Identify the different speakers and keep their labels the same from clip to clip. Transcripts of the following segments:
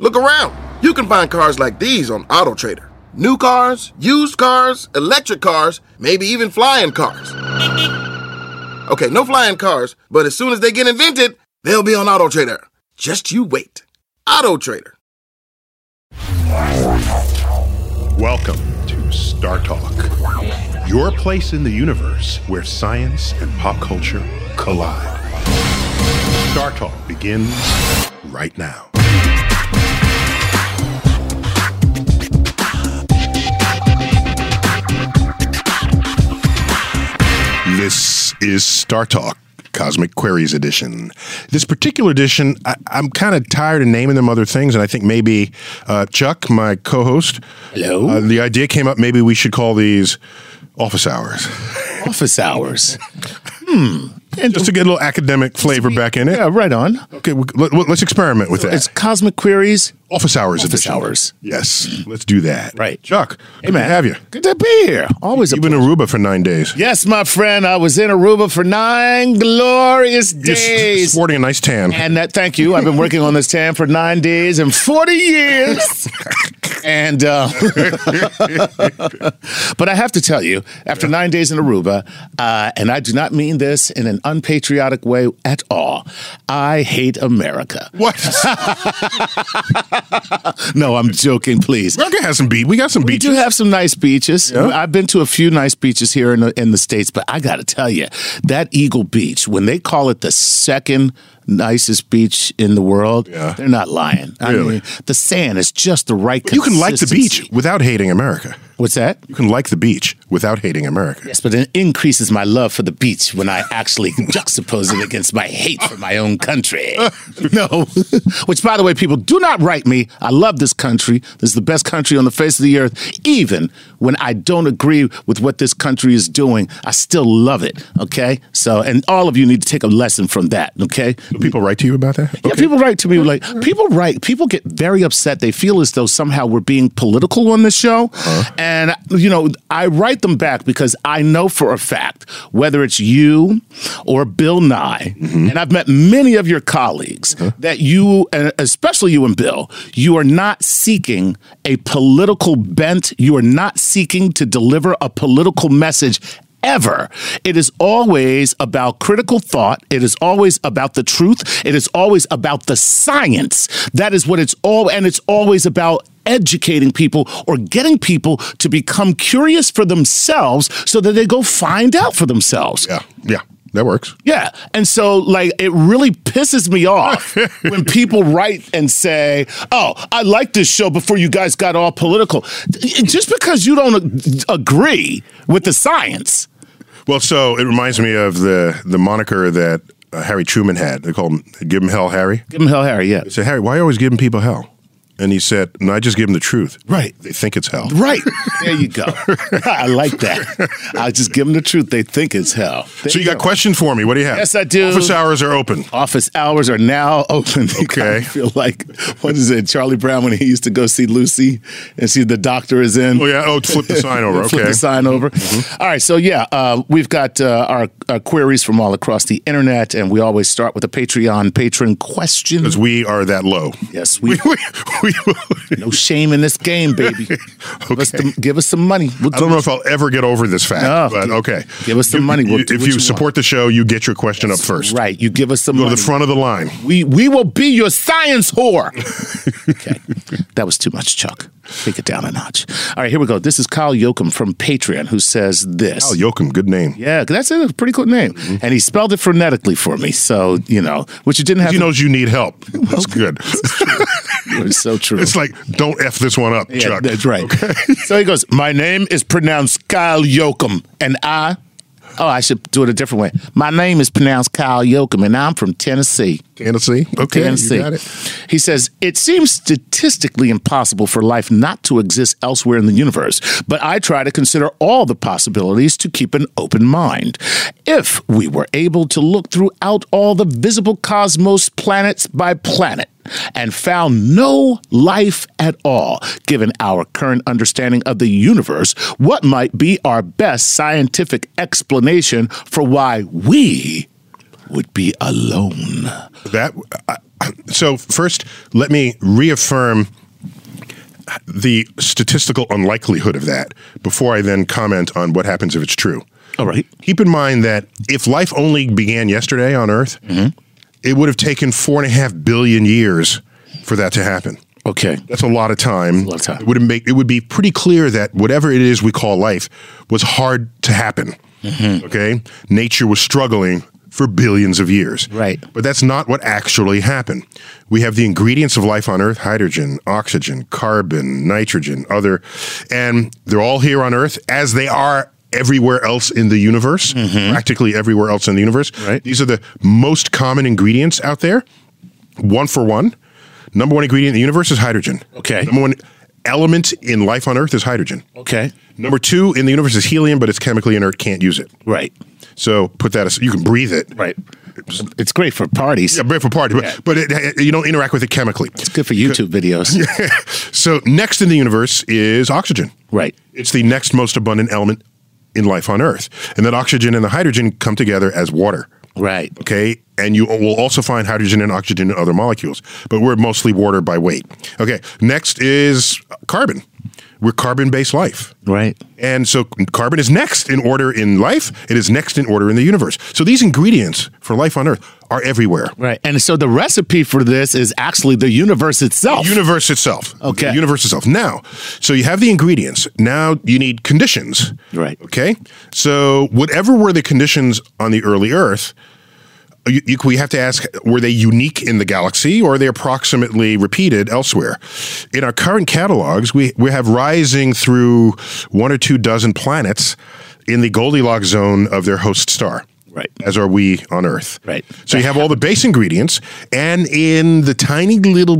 Speaker 1: Look around. You can find cars like these on AutoTrader. New cars, used cars, electric cars, maybe even flying cars. Okay, no flying cars, but as soon as they get invented, they'll be on AutoTrader. Just you wait. AutoTrader.
Speaker 2: Welcome to Star Talk, your place in the universe where science and pop culture collide. Star Talk begins right now. This is Star Talk. Cosmic Queries Edition. This particular edition, I, I'm kind of tired of naming them other things, and I think maybe uh, Chuck, my co host,
Speaker 3: Hello?
Speaker 2: Uh, the idea came up maybe we should call these office hours.
Speaker 3: Office hours.
Speaker 2: And just to get a little academic flavor back in it.
Speaker 3: Yeah, right on.
Speaker 2: Okay, we, let, us experiment with that.
Speaker 3: It's Cosmic Queries.
Speaker 2: office hours
Speaker 3: Office
Speaker 2: edition.
Speaker 3: hours.
Speaker 2: Yes, let's do that.
Speaker 3: Right.
Speaker 2: Chuck, hey, man, have you?
Speaker 3: Good to be here. Always a
Speaker 2: You've been in
Speaker 3: pleasure.
Speaker 2: Aruba for nine days.
Speaker 3: Yes, my friend. I was in Aruba for nine glorious
Speaker 2: You're s-
Speaker 3: days.
Speaker 2: sporting a nice tan.
Speaker 3: and that, thank you. I've been working on this tan for nine days and 40 years. and, uh, but I have to tell you, after nine days in Aruba, uh, and I do not mean this in an unpatriotic way at all, I hate America.
Speaker 2: what?
Speaker 3: No, I'm joking, please.
Speaker 2: America has some beat. We got some
Speaker 3: We
Speaker 2: beat.
Speaker 3: do have some nice beaches. I've been to a few nice beaches here in the, in the states, but I got to tell you, that Eagle Beach, when they call it the second nicest beach in the world,
Speaker 2: Yeah.
Speaker 3: they're not lying. I
Speaker 2: Really?
Speaker 3: mean, the sand is just the right.
Speaker 2: You can like the
Speaker 3: consistency.
Speaker 2: beach without hating America.
Speaker 3: What's that?
Speaker 2: You can like the beach without hating America.
Speaker 3: Yes, but it increases my love for the beach when I actually juxtapose it against my hate for my own country. No, which, by the way, people do not write me. I love this country. This is the best country on the face of the earth. Even when I don't agree with what this country is doing, I still love it. Okay, so and all of you need to take a lesson from that. Okay,
Speaker 2: Do people write to you about that?
Speaker 3: yeah, people write to me like people write. People get very upset. They feel as though somehow we're being political on this show, and you know I write them back because I know for a fact whether it's you or Bill Nye, and I've met many of your colleagues that you, and especially you and Bill, you are not seeking a political bent. You are not seeking to deliver a political message ever. It is always about critical thought. It is always about the truth. It is always about the science. That is what it's all, and it's always about educating people or getting people to become curious for themselves so that they go find out for themselves.
Speaker 2: Yeah, yeah, that works.
Speaker 3: Yeah. And so, like, it really pisses me off when people write and say, Oh, I like this show before you guys got all political. Just because you don't a- agree with the science
Speaker 2: Well, so it reminds me of the the moniker that uh, Harry Truman had. They called him "Give him hell, Harry."
Speaker 3: Give him hell, Harry. Yeah.
Speaker 2: They said, "Harry, why are you always giving people hell?" And he said, "No, I just give them the truth.
Speaker 3: Right.
Speaker 2: They think it's hell.
Speaker 3: Right. There you go. I like that. I just give them the truth. They think it's hell. There
Speaker 2: So you got
Speaker 3: go.
Speaker 2: questions for me? What do you have?
Speaker 3: Yes, I do.
Speaker 2: Office hours are open.
Speaker 3: Office hours are now open. You kinda
Speaker 2: Okay.
Speaker 3: feel like, what is it, Charlie Brown when he used to go see Lucy and see the doctor is in?
Speaker 2: Oh yeah. Oh, flip the sign over.
Speaker 3: Flip
Speaker 2: Okay. Mm-hmm.
Speaker 3: the sign over. All right, so yeah, uh, we've got uh, our, our queries from all across the internet, and we always start with a Patreon patron question.
Speaker 2: Because we are that low.
Speaker 3: Yes, we
Speaker 2: we, we,
Speaker 3: no shame in this game, baby. give, us the, give us some money. We'll
Speaker 2: I don't know if I'll ever get over this fact,
Speaker 3: No.
Speaker 2: but okay.
Speaker 3: Give us some
Speaker 2: You-
Speaker 3: money. We'll
Speaker 2: you-
Speaker 3: do
Speaker 2: if
Speaker 3: what
Speaker 2: you,
Speaker 3: you
Speaker 2: support the show, you get your question up first.
Speaker 3: Right, you give us some
Speaker 2: Go to
Speaker 3: money.
Speaker 2: the front of the line.
Speaker 3: We we will be your science whore. okay. That was too much, Chuck. Take it down a notch. All right, here we go. This is Kyle Yoakum from Patreon who says this.
Speaker 2: Oh, Yoakum, Mm-hmm. good name.
Speaker 3: yeah, that's a pretty cool name. And he spelled it phonetically for me. So, you know, which you didn't have
Speaker 2: He
Speaker 3: to
Speaker 2: knows you need help. That's good.
Speaker 3: It's so true.
Speaker 2: It's like, don't F this one up,
Speaker 3: yeah,
Speaker 2: Chuck.
Speaker 3: That's right. so he goes, My name is pronounced Kyle Yoakum, and I, oh, I should do it a different way. My name is pronounced Kyle Yoakum, and I'm from Tennessee.
Speaker 4: Tennessee. Okay,
Speaker 3: Tennessee.
Speaker 4: you got it.
Speaker 3: He says, It seems statistically impossible for life not to exist elsewhere in the universe, but I try to consider all the possibilities to keep an open mind. If we were able to look throughout all the visible cosmos, planets by planet, and found no life at all, given our current understanding of the universe, what might be our best scientific explanation for why we would be alone?
Speaker 2: That I- I- so first, let me reaffirm the statistical unlikelihood of that before I then comment on what happens if it's true.
Speaker 3: All right.
Speaker 2: Keep in mind that if life only began yesterday on Earth, it would have taken four and a half billion years for that to happen.
Speaker 3: Okay.
Speaker 2: That's a lot of time.
Speaker 3: lot of time.
Speaker 2: It would make it would be pretty clear that whatever it is we call life was hard to happen.
Speaker 3: Mm-hmm.
Speaker 2: Okay, nature was struggling for billions of years.
Speaker 3: Right.
Speaker 2: but that's not what actually happened. We have the ingredients of life on Earth: hydrogen, oxygen, carbon, nitrogen, other, and they're all here on Earth as they are. Everywhere else in the universe, practically everywhere else in the universe.
Speaker 3: Mm-hmm. Right.
Speaker 2: These are the most common ingredients out there one for one. Number one ingredient in the universe is hydrogen.
Speaker 3: Okay.
Speaker 2: Number one element in life on Earth is hydrogen.
Speaker 3: Okay.
Speaker 2: Number two in the universe is helium, but it's chemically inert, can't use it.
Speaker 3: Right.
Speaker 2: So put that as you can breathe it.
Speaker 3: Right. It's great for parties.
Speaker 2: Yeah, breath for party,
Speaker 3: Yeah.
Speaker 2: but, but it, you don't interact with it chemically.
Speaker 3: It's good for YouTube videos.
Speaker 2: So next in the universe is oxygen.
Speaker 3: Right.
Speaker 2: It's the next most abundant element in life on Earth. And that oxygen and the hydrogen come together as water.
Speaker 3: Right.
Speaker 2: Okay. And you will also find hydrogen and oxygen and other molecules, but we're mostly water by weight. Okay. Next is carbon. We're carbon based life.
Speaker 3: Right.
Speaker 2: And so carbon is next in order in life, it is next in order in the universe. So these ingredients for life on Earth are everywhere.
Speaker 3: Right. And so the recipe for this is actually the universe itself.
Speaker 2: The universe itself.
Speaker 3: Okay.
Speaker 2: The universe itself. Now, so you have the ingredients. Now you need conditions.
Speaker 3: Right.
Speaker 2: Okay. So whatever were the conditions on the early Earth, you, you, we have to ask: Were they unique in the galaxy, or are they approximately repeated elsewhere? In our current catalogs, we we have rising through one or two dozen planets in the Goldilocks zone of their host star.
Speaker 3: Right.
Speaker 2: As are we on Earth.
Speaker 3: Right.
Speaker 2: So you have all the base ingredients, and in the tiny little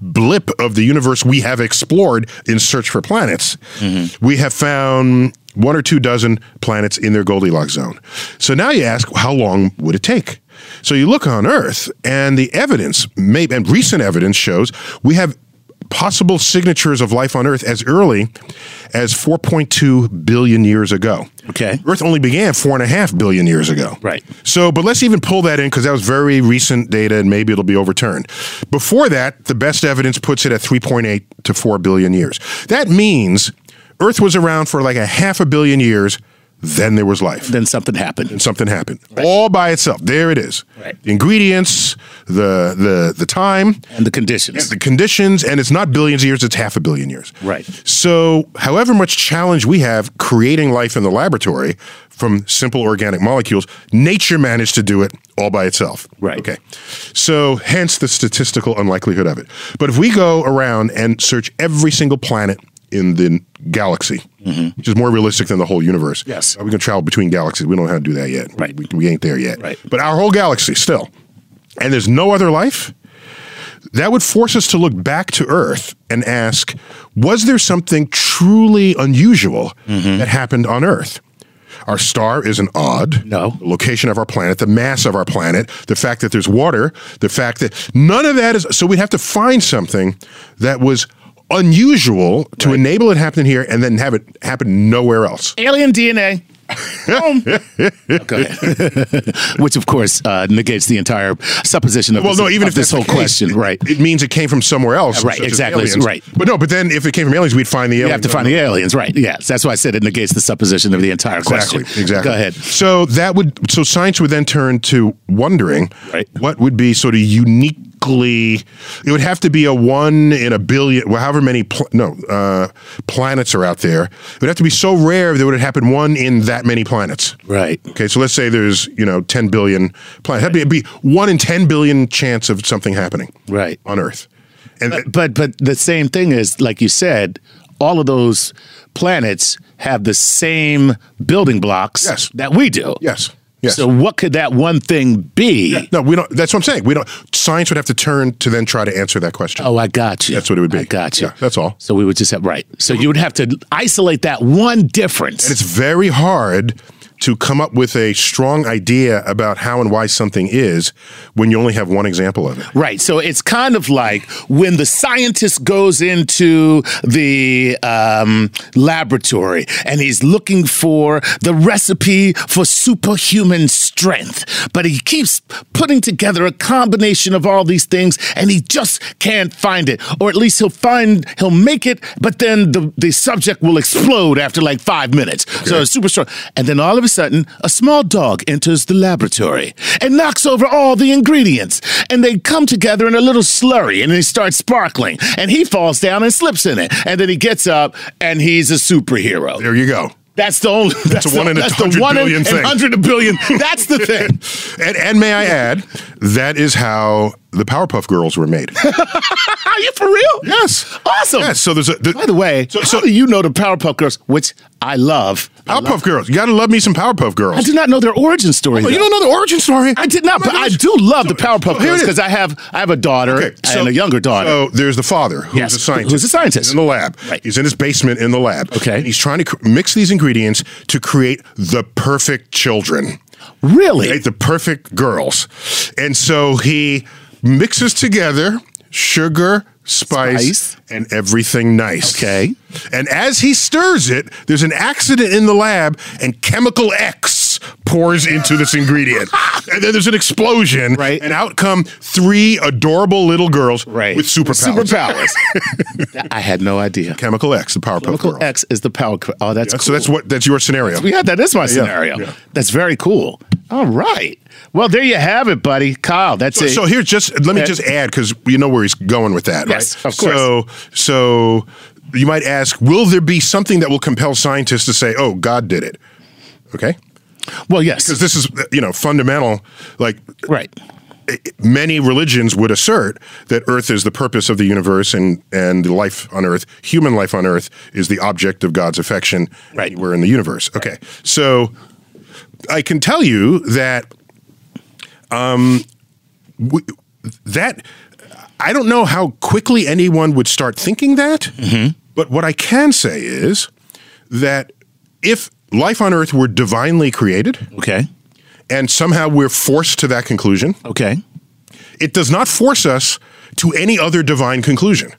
Speaker 2: blip of the universe we have explored in search for planets,
Speaker 3: Mm-hmm.
Speaker 2: we have found one or two dozen planets in their Goldilocks zone. So now you ask, how long would it take? So you look on Earth, and the evidence, maybe, and recent evidence shows we have possible signatures of life on Earth as early as 4.2 billion years ago.
Speaker 3: Okay.
Speaker 2: Earth only began four and a half billion years ago.
Speaker 3: Right.
Speaker 2: So, but let's even pull that in because that was very recent data and maybe it'll be overturned. Before that, the best evidence puts it at 3.8 to 4 billion years. That means Earth was around for like a half a billion years, then there was life.
Speaker 3: Then something happened.
Speaker 2: And something happened all by itself. There it is.
Speaker 3: Right.
Speaker 2: The ingredients, the the the time,
Speaker 3: And the conditions.
Speaker 2: the conditions, and it's not billions of years, it's half a billion years.
Speaker 3: Right.
Speaker 2: So, however much challenge we have creating life in the laboratory from simple organic molecules, nature managed to do it all by itself.
Speaker 3: Right.
Speaker 2: Okay. So, hence the statistical unlikelihood of it. But if we go around and search every single planet in the galaxy, which is more realistic than the whole universe.
Speaker 3: Mm-hmm. Yes.
Speaker 2: We can travel between galaxies. We don't know how to do that yet.
Speaker 3: Right.
Speaker 2: We, we ain't there yet.
Speaker 3: Right.
Speaker 2: But our whole galaxy still. And there's no other life that would force us to look back to Earth and ask, was there something truly unusual
Speaker 3: Mm-hmm.
Speaker 2: that happened on Earth? Our star isn't odd.
Speaker 3: No.
Speaker 2: The location of our planet, the mass of our planet, the fact that there's water, the fact that none of that is. So we'd have to find something that was unusual to enable it happening here and then have it happen nowhere else.
Speaker 3: Alien DNA. Boom. Go ahead. Which, of course, uh, negates the entire supposition of
Speaker 2: Well,
Speaker 3: this,
Speaker 2: no, even
Speaker 3: of
Speaker 2: if that's
Speaker 3: this whole
Speaker 2: the case,
Speaker 3: question.
Speaker 2: it-
Speaker 3: Right.
Speaker 2: It means it came from somewhere else.
Speaker 3: Right,
Speaker 2: such as
Speaker 3: exactly,
Speaker 2: aliens.
Speaker 3: right.
Speaker 2: But no, but then if it came from aliens, we'd find the aliens.
Speaker 3: You have to find the aliens, right? Yes, that's why I said it negates the supposition of the entire
Speaker 2: Exactly.
Speaker 3: question.
Speaker 2: Exactly.
Speaker 3: Go ahead.
Speaker 2: So that would so science would then turn to wondering
Speaker 3: Right.
Speaker 2: what would be sort of uniquely. It would have to be a one in a billion, well, however many pl- no uh, planets are out there. It would have to be so rare that it would happen one in that many planets.
Speaker 3: Right.
Speaker 2: Okay, so let's say there's you know 10 billion planets. That'd be, it'd be one in 10 billion chance of something happening
Speaker 3: Right.
Speaker 2: on Earth. And
Speaker 3: but but the same thing is like you said all of those planets have the same building blocks
Speaker 2: Yes.
Speaker 3: that we do
Speaker 2: yes, Yes.
Speaker 3: So what could that one thing be?
Speaker 2: No, we don't. That's what I'm saying. We don't. Science would have to turn to then try to answer that question.
Speaker 3: Oh, I got you.
Speaker 2: That's what it would be.
Speaker 3: I got you.
Speaker 2: Yeah, that's all.
Speaker 3: So we would just have right. So you would have to isolate that one difference.
Speaker 2: And it's very hard to come up with a strong idea about how and why something is when you only have one example of it.
Speaker 3: Right. So it's kind of like when the scientist goes into the um, laboratory and he's looking for the recipe for superhuman strength, but he keeps putting together a combination of all these things and he just can't find it. Or at least he'll find, he'll make it, but then the, the subject will explode after like five minutes. So it's super strong. And then all of a sudden, a small dog enters the laboratory and knocks over all the ingredients. And they come together in a little slurry and they start sparkling. And he falls down and slips in it. And then he gets up and he's a superhero.
Speaker 2: There you go.
Speaker 3: That's the only. That's,
Speaker 2: a one
Speaker 3: the,
Speaker 2: in a
Speaker 3: that's
Speaker 2: hundred
Speaker 3: the one
Speaker 2: billion
Speaker 3: in,
Speaker 2: thing.
Speaker 3: in hundred billion. That's the thing.
Speaker 2: And, and may I add, that is how the Powerpuff Girls were made.
Speaker 3: Are you for real?
Speaker 2: Yes.
Speaker 3: Awesome.
Speaker 2: Yes. So there's a. The,
Speaker 3: By the way,
Speaker 2: So-
Speaker 3: so,
Speaker 2: so-
Speaker 3: how do you know the Powerpuff Girls, which I love? I,
Speaker 2: Powerpuff Girls. You got to love me some Powerpuff Girls.
Speaker 3: I do not know their origin story.
Speaker 2: Oh,
Speaker 3: though.
Speaker 2: you don't know the origin story.
Speaker 3: I did not,
Speaker 2: Oh my
Speaker 3: but I
Speaker 2: gosh.
Speaker 3: do love
Speaker 2: So-
Speaker 3: the Powerpuff
Speaker 2: so Oh, here it
Speaker 3: Girls
Speaker 2: is.
Speaker 3: because I have I have a daughter
Speaker 2: Okay, so-
Speaker 3: and a younger daughter.
Speaker 2: So there's the father who's
Speaker 3: Yes,
Speaker 2: a scientist.
Speaker 3: who's a scientist.
Speaker 2: He's in the lab.
Speaker 3: Right.
Speaker 2: He's in his basement in the lab.
Speaker 3: Okay.
Speaker 2: And he's trying to cr- mix these ingredients to create the perfect children,
Speaker 3: really?
Speaker 2: right? The perfect girls. And so he mixes together sugar, spice,
Speaker 3: Spice.
Speaker 2: and everything nice.
Speaker 3: Okay.
Speaker 2: And as he stirs it, there's an accident in the lab and chemical X pours into this ingredient. and then there's an explosion.
Speaker 3: Right.
Speaker 2: And out come three adorable little girls
Speaker 3: Right.
Speaker 2: with superpowers.
Speaker 3: Superpowers. I had no idea.
Speaker 2: Chemical X, the Powerpuff
Speaker 3: Chemical
Speaker 2: Girl.
Speaker 3: X is the power. cr- Oh, that's
Speaker 2: Yeah,
Speaker 3: cool.
Speaker 2: So that's what that's your scenario.
Speaker 3: we had that. That's my scenario.
Speaker 2: yeah.
Speaker 3: That's very cool. All right. Well, there you have it, buddy, Kyle. That's
Speaker 2: So,
Speaker 3: it.
Speaker 2: so here, just let me
Speaker 3: Yeah.
Speaker 2: just add because you know where he's going with that,
Speaker 3: Yes,
Speaker 2: right?
Speaker 3: of course.
Speaker 2: So, so you might ask, will there be something that will compel scientists to say, "Oh, God did it"? Okay,
Speaker 3: well, yes.
Speaker 2: because this is you know fundamental. Like
Speaker 3: Right.
Speaker 2: many religions would assert that Earth is the purpose of the universe, and and the life on Earth, human life on Earth, is the object of God's affection
Speaker 3: Right.
Speaker 2: anywhere in the universe. Okay, so I can tell you that um, we, that I don't know how quickly anyone would start thinking that, but what I can say is that if life on Earth were divinely created
Speaker 3: Okay.
Speaker 2: and somehow we're forced to that conclusion,
Speaker 3: Okay.
Speaker 2: it does not force us to any other divine conclusion.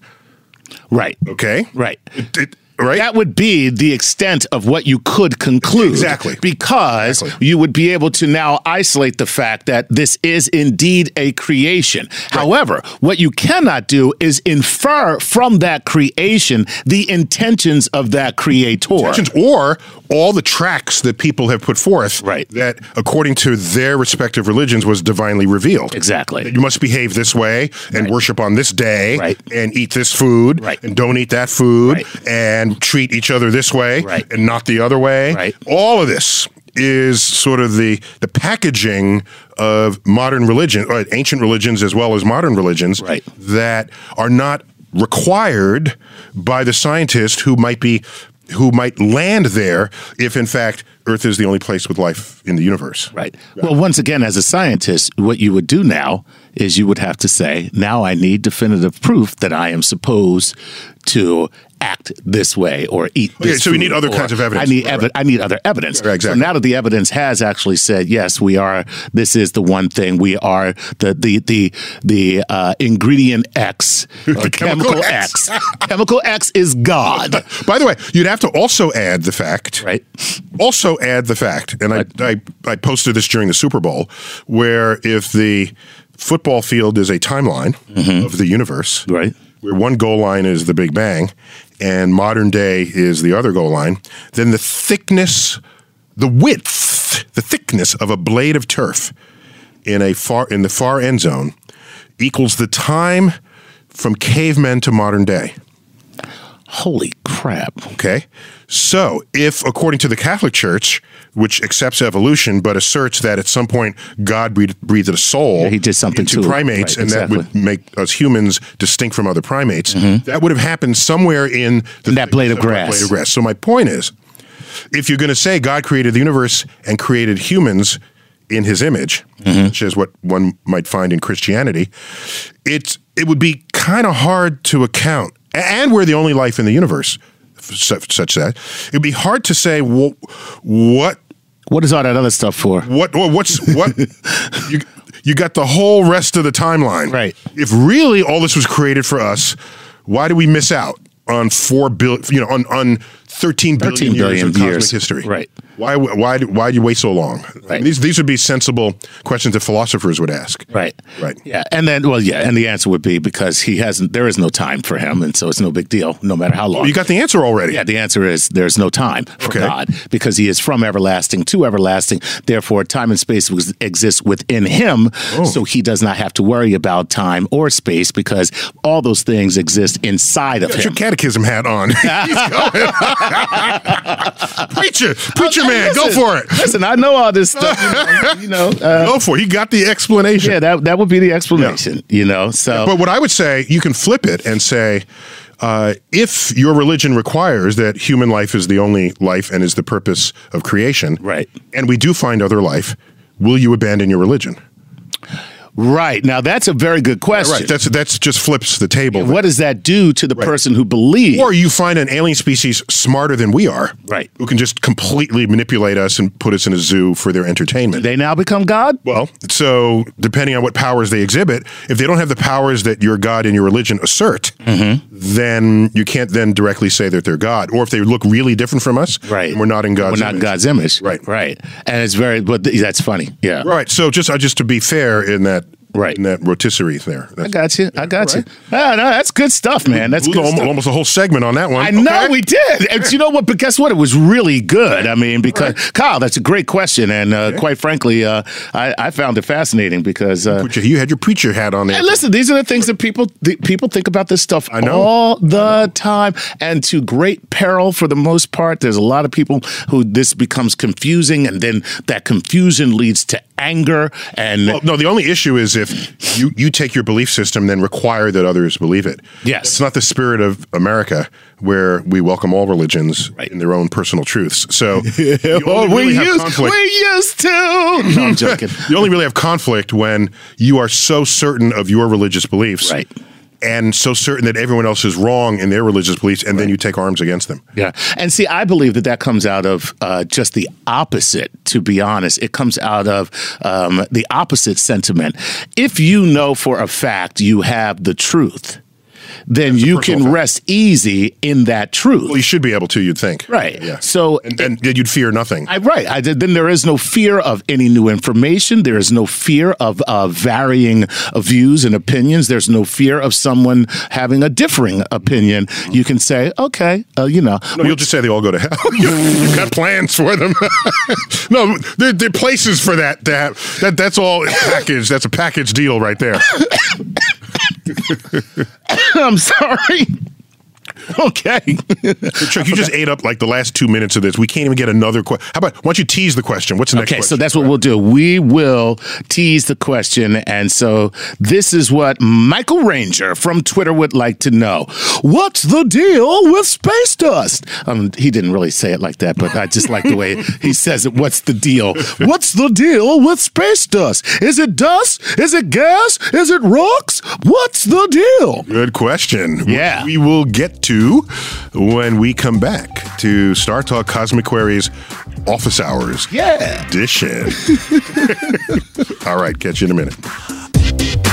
Speaker 3: Right.
Speaker 2: Okay,
Speaker 3: Right.
Speaker 2: It- it- right?
Speaker 3: That would be the extent of what you could conclude.
Speaker 2: Exactly.
Speaker 3: Because
Speaker 2: Exactly.
Speaker 3: you would be able to now isolate the fact that this is indeed a creation. However, what you cannot do is infer from that creation the intentions of that creator.
Speaker 2: Intentions or all the tracks that people have put forth
Speaker 3: Right.
Speaker 2: that according to their respective religions was divinely revealed that
Speaker 3: Exactly.
Speaker 2: you must behave this way and worship on this day
Speaker 3: Right.
Speaker 2: and eat this food
Speaker 3: Right.
Speaker 2: and don't eat that food
Speaker 3: Right.
Speaker 2: and treat each other this way
Speaker 3: Right.
Speaker 2: and not the other way.
Speaker 3: Right.
Speaker 2: All of this is sort of the the packaging of modern religion, or ancient religions as well as modern religions
Speaker 3: Right.
Speaker 2: that are not required by the scientist who might be who might land there if in fact earth is the only place with life in the universe
Speaker 3: Right. Well, once again, as a scientist, what you would do now is you would have to say, now I need definitive proof that I am supposed to act this way or eat this
Speaker 2: so we need
Speaker 3: food,"
Speaker 2: other
Speaker 3: or
Speaker 2: kinds of evidence.
Speaker 3: I need,
Speaker 2: Right,
Speaker 3: evi-
Speaker 2: right.
Speaker 3: I need other evidence.
Speaker 2: Right, exactly.
Speaker 3: So now that the evidence has actually said, yes, we are, this is the one thing, we are the, the, the, the uh, ingredient X, or
Speaker 2: chemical
Speaker 3: chemical,
Speaker 2: X.
Speaker 3: X. chemical X is God.
Speaker 2: By the way, you'd have to also add the fact,
Speaker 3: Right.
Speaker 2: Also add the fact, and I, I I posted this during the Super Bowl, where if the football field is a timeline of the universe,
Speaker 3: Mm-hmm. Right.
Speaker 2: where one goal line is the Big Bang, and modern day is the other goal line, then the thickness, the width, the thickness of a blade of turf in a far in the far end zone equals the time from cavemen to modern day.
Speaker 3: Holy crap.
Speaker 2: Okay. So, if according to the Catholic Church, which accepts evolution but asserts that at some point God breathed, breathed a soul
Speaker 3: Yeah, he did something
Speaker 2: into
Speaker 3: to it.
Speaker 2: primates
Speaker 3: Right,
Speaker 2: and that
Speaker 3: exactly.
Speaker 2: would make us humans distinct from other primates, that would have happened somewhere in the
Speaker 3: Mm-hmm. In that blade of
Speaker 2: thickness
Speaker 3: grass.
Speaker 2: blade of grass. So, my point is if you're going to say God created the universe and created humans in his image,
Speaker 3: Mm-hmm.
Speaker 2: which is what one might find in Christianity, it's it would be kind of hard to account. A- And we're the only life in the universe, such, such that it'd be hard to say wh- what
Speaker 3: What is all that other stuff for?
Speaker 2: what or what's what you you got the whole rest of the timeline
Speaker 3: Right.
Speaker 2: if really all this was created for us why do we miss out on four billion you know on on 13 billion,
Speaker 3: 13 billion
Speaker 2: years of cosmic
Speaker 3: years.
Speaker 2: history
Speaker 3: Right.
Speaker 2: why why why do you wait so long
Speaker 3: Right.
Speaker 2: these these would be sensible questions that philosophers would ask
Speaker 3: Right.
Speaker 2: Right.
Speaker 3: Yeah. And then, well, yeah. And the answer would be because he hasn't, there is no time for him. And so it's no big deal, no matter how long.
Speaker 2: you got the answer already
Speaker 3: yeah. The answer is there's no time for
Speaker 2: Okay.
Speaker 3: God because he is from everlasting to everlasting. Therefore, time and space was, exists within him.
Speaker 2: Oh.
Speaker 3: So he does not have to worry about time or space because all those things exist inside of
Speaker 2: Got your
Speaker 3: him.
Speaker 2: catechism hat on. He's going. preacher, preacher man, go
Speaker 3: Listen,
Speaker 2: for it.
Speaker 3: Listen, I know all this stuff. You know, you know, uh,
Speaker 2: Go for it. He got the explanation.
Speaker 3: yeah, that, that would be the explanation, you know? So,
Speaker 2: But what I would say, you can flip it and say, uh, if your religion requires that human life is the only life and is the purpose of creation,
Speaker 3: Right.
Speaker 2: And we do find other life, will you abandon your religion?
Speaker 3: right. Now, that's a very good question.
Speaker 2: Right. That's that's just flips the table.
Speaker 3: what does that do to the person who believes?
Speaker 2: Or you find an alien species smarter than we are,
Speaker 3: Right.
Speaker 2: Who can just completely manipulate us and put us in a zoo for their entertainment.
Speaker 3: they now become God?
Speaker 2: Well, so depending on what powers they exhibit, if they don't have the powers that your God and your religion assert,
Speaker 3: Mm-hmm.
Speaker 2: then you can't then directly say that they're God. Or if they look really different from us,
Speaker 3: Right.
Speaker 2: then we're not in God's
Speaker 3: We're not
Speaker 2: image.
Speaker 3: God's image.
Speaker 2: Right.
Speaker 3: Right. And it's very, but th- that's funny. Yeah.
Speaker 2: Right. So just uh, just to be fair in that
Speaker 3: Right.
Speaker 2: in that rotisserie there.
Speaker 3: I
Speaker 2: That's,
Speaker 3: got you. I got you. Ah, no, that's good stuff, man. That's good
Speaker 2: almost,
Speaker 3: stuff.
Speaker 2: almost a whole segment on that one.
Speaker 3: I know
Speaker 2: Okay.
Speaker 3: we did. And you know what? But guess what? It was really good. I mean, because Kyle, that's a great question, and uh, quite frankly, uh, I, I found it fascinating because uh,
Speaker 2: Put your- you had your preacher hat on there.
Speaker 3: Hey, listen, these are the things that people th- people think about this stuff
Speaker 2: I know.
Speaker 3: all the time, and to great peril for the most part. There's a lot of people who this becomes confusing, and then that confusion leads to anger and
Speaker 2: Well, no, the only issue is if you, you take your belief system, then require that others believe it.
Speaker 3: Yes.
Speaker 2: It's not the spirit of America where we welcome all religions
Speaker 3: Right.
Speaker 2: in their own personal truths. So you
Speaker 3: Oh,
Speaker 2: only really
Speaker 3: we
Speaker 2: have
Speaker 3: used
Speaker 2: conflict-
Speaker 3: we used to. No, I'm joking.
Speaker 2: you only really have conflict when you are so certain of your religious beliefs.
Speaker 3: Right.
Speaker 2: And so certain that everyone else is wrong in their religious beliefs, and then you take arms against them.
Speaker 3: Yeah. And see, I believe that that comes out of uh, just the opposite, to be honest. It comes out of um, the opposite sentiment. If you know for a fact you have the truth, then you
Speaker 2: personal
Speaker 3: can
Speaker 2: fact.
Speaker 3: rest easy in that truth.
Speaker 2: Well, you should be able to, you'd think.
Speaker 3: Right.
Speaker 2: Yeah.
Speaker 3: So
Speaker 2: and, and you'd fear nothing.
Speaker 3: I, right. I, then there is no fear of any new information. There is no fear of uh, varying uh, views and opinions. There's no fear of someone having a differing opinion. You can say, okay, uh, you know,
Speaker 2: Mm-hmm. No, you'll just say they all go to hell. you, you've got plans for them. no, there, there are places for that to have. That, that's all package. That's a package deal right there.
Speaker 3: I'm sorry. Okay.
Speaker 2: Chuck, you just ate up like the last two minutes of this. We can't even get another question. How about, why don't you tease the question? What's the next
Speaker 3: Okay, so
Speaker 2: question?
Speaker 3: that's what we'll do. We will tease the question. And so this is what Michael Ranger from Twitter would like to know What's the deal with space dust? Um, he didn't really say it like that, but I just like the way he says it. What's the deal? What's the deal with space dust? Is it dust? Is it gas? Is it rocks? What's the deal?
Speaker 2: Good question. which
Speaker 3: Yeah.
Speaker 2: We will get to when we come back to Star Talk Cosmic Queries Office Hours
Speaker 3: Yeah.
Speaker 2: Edition. All right, catch you in a minute.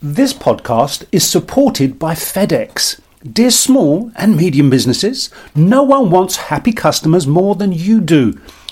Speaker 5: This podcast is supported by FedEx. Dear small and medium businesses, no one wants happy customers more than you do.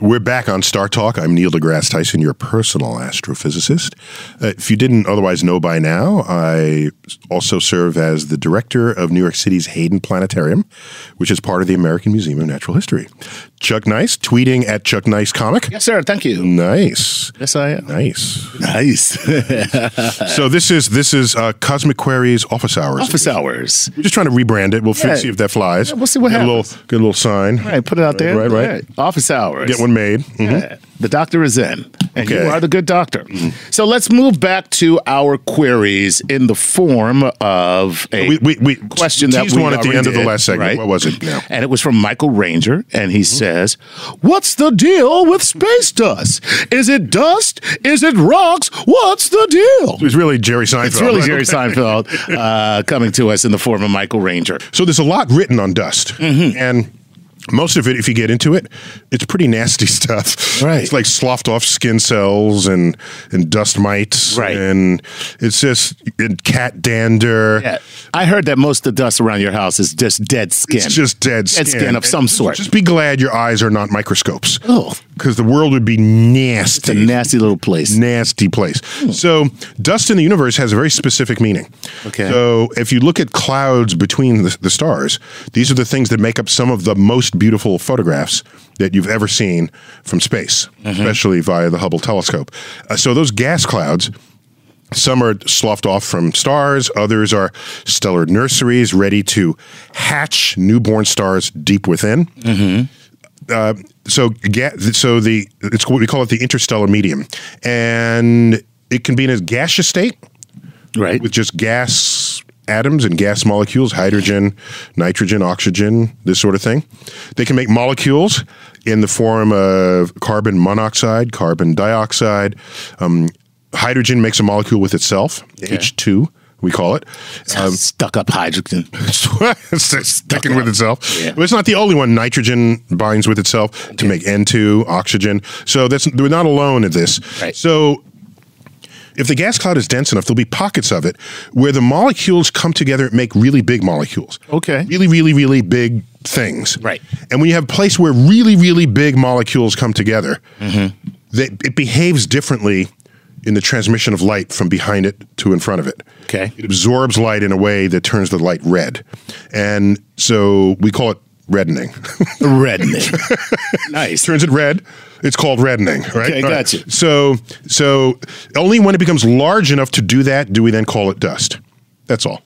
Speaker 2: We're back on Star Talk. I'm Neil deGrasse Tyson, your personal astrophysicist. Uh, if you didn't otherwise know by now, I also serve as the director of New York City's Hayden Planetarium, which is part of the American Museum of Natural History. Chuck Nice, tweeting at Chuck Nice Comic.
Speaker 3: Yes, sir. Thank you.
Speaker 2: Nice.
Speaker 3: Yes, I am.
Speaker 2: Nice.
Speaker 3: Nice.
Speaker 2: so this is this is uh, Cosmic Queries Office Hours.
Speaker 3: Office hours.
Speaker 2: We're just trying to rebrand it. We'll fi-
Speaker 3: Yeah.
Speaker 2: see if that flies.
Speaker 3: Yeah, we'll see what
Speaker 2: get A
Speaker 3: happens.
Speaker 2: little, get a little sign.
Speaker 3: All right, put it out there.
Speaker 2: Right, right.
Speaker 3: All Office hours.
Speaker 2: Get one made. Mhm.
Speaker 3: Yeah. The doctor is in, and
Speaker 2: Okay. Mm-hmm.
Speaker 3: you are the good doctor. So let's move back to our queries in the form of a
Speaker 2: We, we, we
Speaker 3: question that
Speaker 2: teased
Speaker 3: we
Speaker 2: one at the
Speaker 3: already
Speaker 2: end of the
Speaker 3: did,
Speaker 2: last segment.
Speaker 3: right?
Speaker 2: What was it? Mm-hmm. Now?
Speaker 3: And it was from Michael Ranger, and he says, "What's the deal with space dust? Is it dust? Is it rocks? What's the deal?"
Speaker 2: It was really Jerry Seinfeld.
Speaker 3: It's really Jerry Seinfeld uh, coming to us in the form of Michael Ranger.
Speaker 2: So there's a lot written on dust,
Speaker 3: Mm-hmm.
Speaker 2: and most of it, if you get into it, it's pretty nasty stuff.
Speaker 3: Right.
Speaker 2: It's like sloughed off skin cells and and dust mites.
Speaker 3: Right.
Speaker 2: And it's just and cat dander.
Speaker 3: Yeah. I heard that most of the dust around your house is just dead skin.
Speaker 2: It's just dead skin.
Speaker 3: Dead skin of some
Speaker 2: And
Speaker 3: sort.
Speaker 2: Just be glad your eyes are not microscopes.
Speaker 3: Oh.
Speaker 2: Because the world would be
Speaker 3: It's a
Speaker 2: nasty.
Speaker 3: nasty Hmm. little place.
Speaker 2: nasty place. So dust in the universe has a very specific meaning.
Speaker 3: Okay.
Speaker 2: So if you look at clouds between the, the stars, these are the things that make up some of the most beautiful photographs that you've ever seen from space, especially via the Hubble telescope. Uh, so those gas clouds. Some are sloughed off from stars, others are stellar nurseries ready to hatch newborn stars deep within Uh, so ga- so the it's what we call it the interstellar medium, and it can be in a gaseous state
Speaker 3: right.
Speaker 2: with just gas atoms and gas molecules, hydrogen, nitrogen, oxygen, this sort of thing. They can make molecules in the form of carbon monoxide, carbon dioxide. Um, hydrogen makes a molecule with itself, H two. We call it. um,
Speaker 3: Stuck up hydrogen.
Speaker 2: it's just sticking with itself.
Speaker 3: Yeah.
Speaker 2: But it's not the only one. Nitrogen binds with itself to make N2, oxygen. So that's we're not alone in this.
Speaker 3: Right.
Speaker 2: So if the gas cloud is dense enough, there'll be pockets of it where the molecules come together and make really big molecules.
Speaker 3: Okay.
Speaker 2: Really, really, really big things.
Speaker 3: Right.
Speaker 2: And when you have a place where really, really big molecules come together,
Speaker 3: Mm-hmm.
Speaker 2: that it behaves differently in the transmission of light from behind it to in front of it.
Speaker 3: Okay.
Speaker 2: It absorbs light in a way that turns the light red. And so we call it reddening.
Speaker 3: Reddening. nice.
Speaker 2: turns it red. It's called reddening, right?
Speaker 3: Okay,
Speaker 2: All right.
Speaker 3: gotcha.
Speaker 2: So so only when it becomes large enough to do that do we then call it dust. That's all.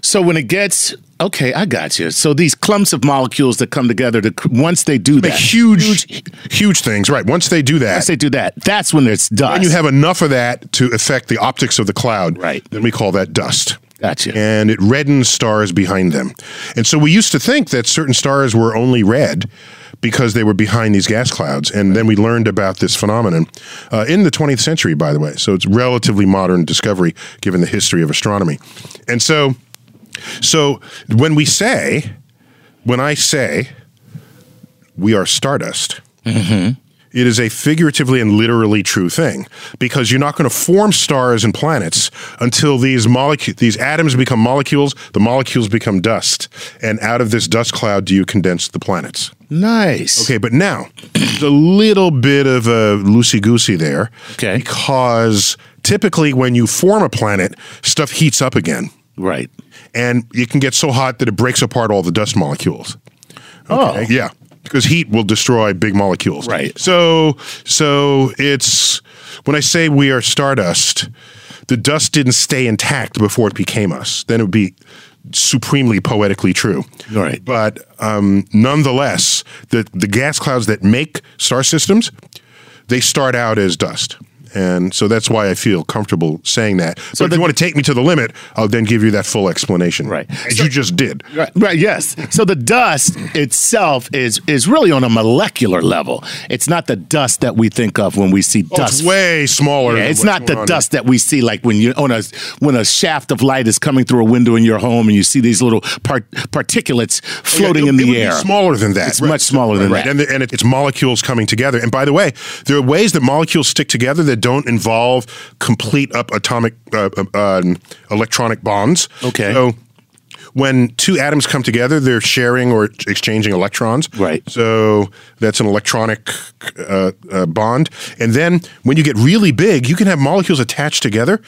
Speaker 3: So when it gets okay, I got you. So these clumps of molecules that come together to cr- once they do
Speaker 2: Make
Speaker 3: that
Speaker 2: huge, huge things. Right. Once they do that,
Speaker 3: once they do that, that's when it's dust.
Speaker 2: and you have enough of that to affect the optics of the cloud,
Speaker 3: Right.
Speaker 2: Then we call that dust.
Speaker 3: Gotcha.
Speaker 2: And it reddens stars behind them. And so we used to think that certain stars were only red because they were behind these gas clouds. And then we learned about this phenomenon uh, in the 20th century, by the way. So it's relatively modern discovery given the history of astronomy. And so, so when we say, when I say, we are stardust it is a figuratively and literally true thing because you're not going to form stars and planets until these molecu- these atoms become molecules, the molecules become dust, and out of this dust cloud do you condense the planets.
Speaker 3: nice.
Speaker 2: Okay, but now there's a little bit of a loosey goosey there.
Speaker 3: Okay.
Speaker 2: Because typically when you form a planet, stuff heats up again.
Speaker 3: Right.
Speaker 2: And it can get so hot that it breaks apart all the dust molecules.
Speaker 3: Oh.
Speaker 2: Yeah, because heat will destroy big molecules.
Speaker 3: Right.
Speaker 2: So, so it's when I say we are stardust, the dust didn't stay intact before it became us. Then it would be supremely poetically true.
Speaker 3: Right.
Speaker 2: But um, nonetheless, the the gas clouds that make star systems, they start out as dust. And so that's why I feel comfortable saying that. So if you want to take me to the limit, I'll then give you that full explanation.
Speaker 3: Right.
Speaker 2: As you just did.
Speaker 3: Right, right, yes. So the dust itself is is really on a molecular level. It's not the dust that we think of when we see
Speaker 2: Oh,
Speaker 3: dust.
Speaker 2: It's way smaller.
Speaker 3: Yeah,
Speaker 2: than
Speaker 3: it's
Speaker 2: what's
Speaker 3: not
Speaker 2: going
Speaker 3: the
Speaker 2: on
Speaker 3: dust that we see like when you on a when a shaft of light is coming through a window in your home and you see these little part, particulates
Speaker 2: Oh, Yeah,
Speaker 3: floating
Speaker 2: it-
Speaker 3: in
Speaker 2: it would
Speaker 3: the
Speaker 2: be
Speaker 3: air.
Speaker 2: smaller than that.
Speaker 3: It's much smaller than that.
Speaker 2: And, the, and it, it's molecules coming together. And by the way, there are ways that molecules stick together that don't involve complete up atomic uh, uh, um, electronic bonds.
Speaker 3: Okay.
Speaker 2: So when two atoms come together, they're sharing or exchanging electrons.
Speaker 3: Right.
Speaker 2: So that's an electronic uh, uh, bond. And then when you get really big, you can have molecules attached together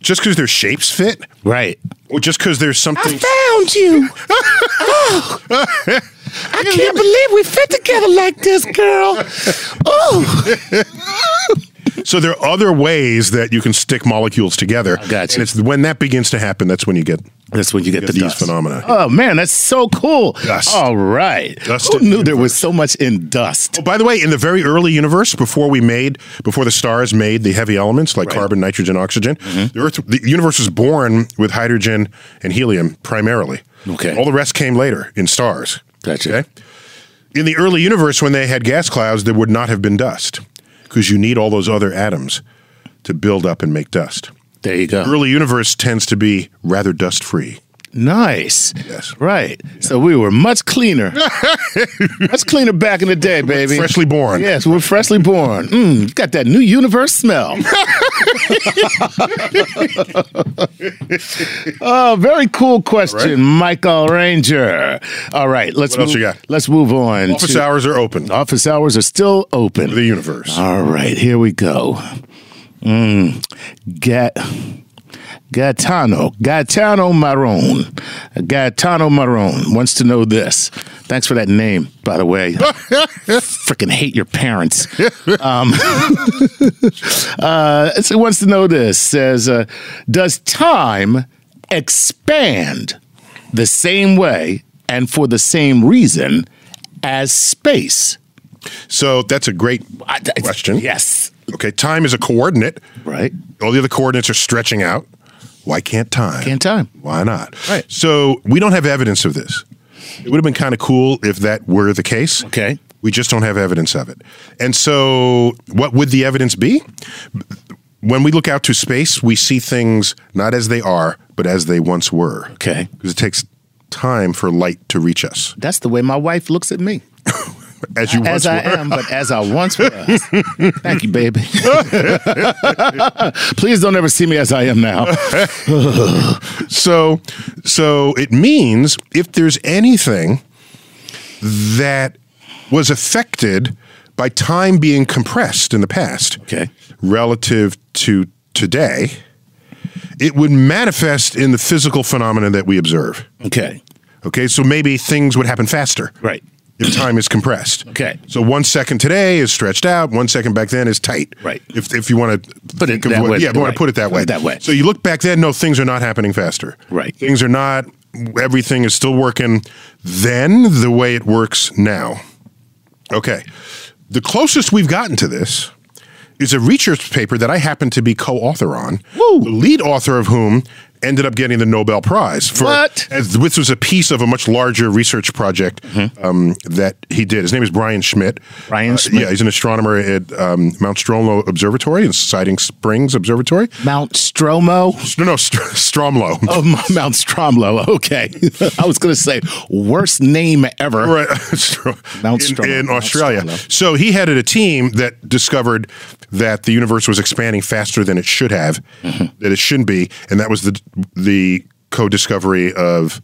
Speaker 2: just because their shapes fit.
Speaker 3: Right.
Speaker 2: Or just because there's something.
Speaker 3: found you. I can't believe we fit together like this, girl. Oh.
Speaker 2: So there are other ways that you can stick molecules together.
Speaker 3: gotcha.
Speaker 2: And it's when that begins to happen, that's when you get
Speaker 3: That's when you get the
Speaker 2: these
Speaker 3: dust.
Speaker 2: phenomena.
Speaker 3: Oh man, that's so cool.
Speaker 2: Dust.
Speaker 3: All right.
Speaker 2: Dust
Speaker 3: Who
Speaker 2: in the
Speaker 3: knew there was so much in dust?
Speaker 2: Oh, by the way, in the very early universe, before we made, before the stars made the heavy elements like carbon, nitrogen, oxygen,
Speaker 3: Mm-hmm.
Speaker 2: the Earth, the universe was born with hydrogen and helium primarily.
Speaker 3: Okay.
Speaker 2: All the rest came later in stars.
Speaker 3: Gotcha.
Speaker 2: In the early universe, when they had gas clouds, there would not have been dust because you need all those other atoms to build up and make dust.
Speaker 3: There you go.
Speaker 2: Early universe tends to be rather dust free.
Speaker 3: Nice.
Speaker 2: Yes.
Speaker 3: Right. So we were much cleaner. much cleaner back in the day, baby.
Speaker 2: Freshly born.
Speaker 3: Yes, we're freshly born. Mm, got that new universe smell. oh, very cool question, Michael Ranger. All right, let's
Speaker 2: What else
Speaker 3: move,
Speaker 2: you got?
Speaker 3: let's move on.
Speaker 2: Office
Speaker 3: to-
Speaker 2: hours are open.
Speaker 3: Office hours are still open.
Speaker 2: The universe.
Speaker 3: All right, here we go. Mm, Ga- Gaetano, Gaetano Marone, Gaetano Marone wants to know this. Thanks for that name, by the way. Freaking hate your parents. Um, uh, so wants to know this. Says, uh, does time expand the same way and for the same reason as space?
Speaker 2: So that's a great
Speaker 3: I- I-
Speaker 2: question.
Speaker 3: Yes.
Speaker 2: Okay, time is a coordinate.
Speaker 3: Right.
Speaker 2: All the other coordinates are stretching out. Why can't time?
Speaker 3: Can't time.
Speaker 2: Why not?
Speaker 3: Right.
Speaker 2: So we don't have evidence of this. It would have been kind of cool if that were the case.
Speaker 3: Okay.
Speaker 2: We just don't have evidence of it. And so what would the evidence be? When we look out to space, we see things not as they are, but as they once were.
Speaker 3: Okay.
Speaker 2: Because it takes time for light to reach us.
Speaker 3: That's the way my wife looks at me.
Speaker 2: As you
Speaker 3: As
Speaker 2: once
Speaker 3: I
Speaker 2: were.
Speaker 3: am, but as I once was. Thank you, baby. Please don't ever see me as I am now.
Speaker 2: So, so it means if there's anything that was affected by time being compressed in the past,
Speaker 3: Okay.
Speaker 2: relative to today, it would manifest in the physical phenomena that we observe.
Speaker 3: Okay.
Speaker 2: Okay, so maybe things would happen faster.
Speaker 3: Right.
Speaker 2: if time is compressed.
Speaker 3: Okay.
Speaker 2: So one second today is stretched out, one second back then is tight.
Speaker 3: Right.
Speaker 2: If, if you want to
Speaker 3: Put it that way,
Speaker 2: yeah, if you want
Speaker 3: right.
Speaker 2: to put it that
Speaker 3: Put
Speaker 2: way.
Speaker 3: it that way.
Speaker 2: So you look back then, no, things are not happening faster.
Speaker 3: Right.
Speaker 2: Things are not, everything is still working then the way it works now. Okay. The closest we've gotten to this is a research paper that I happen to be co author on, the lead author of whom ended up getting the Nobel Prize for
Speaker 3: What?
Speaker 2: As, which was a piece of a much larger research project um, that he did. His name is Brian Schmidt.
Speaker 3: Brian
Speaker 2: Uh,
Speaker 3: Schmidt.
Speaker 2: yeah, he's an astronomer at um, Mount Stromlo Observatory and Siding Springs Observatory.
Speaker 3: Mount Stromo.
Speaker 2: No, no, Str- Stromlo.
Speaker 3: Oh, M- Mount Stromlo. Okay. I was going to say, worst name ever.
Speaker 2: Right. Stro-
Speaker 3: Mount
Speaker 2: in,
Speaker 3: Stromlo.
Speaker 2: in
Speaker 3: Mount
Speaker 2: Australia.
Speaker 3: Stromlo.
Speaker 2: So he headed a team that discovered that the universe was expanding faster than it should have,
Speaker 3: Mm-hmm.
Speaker 2: that it shouldn't be, and that was the the co-discovery of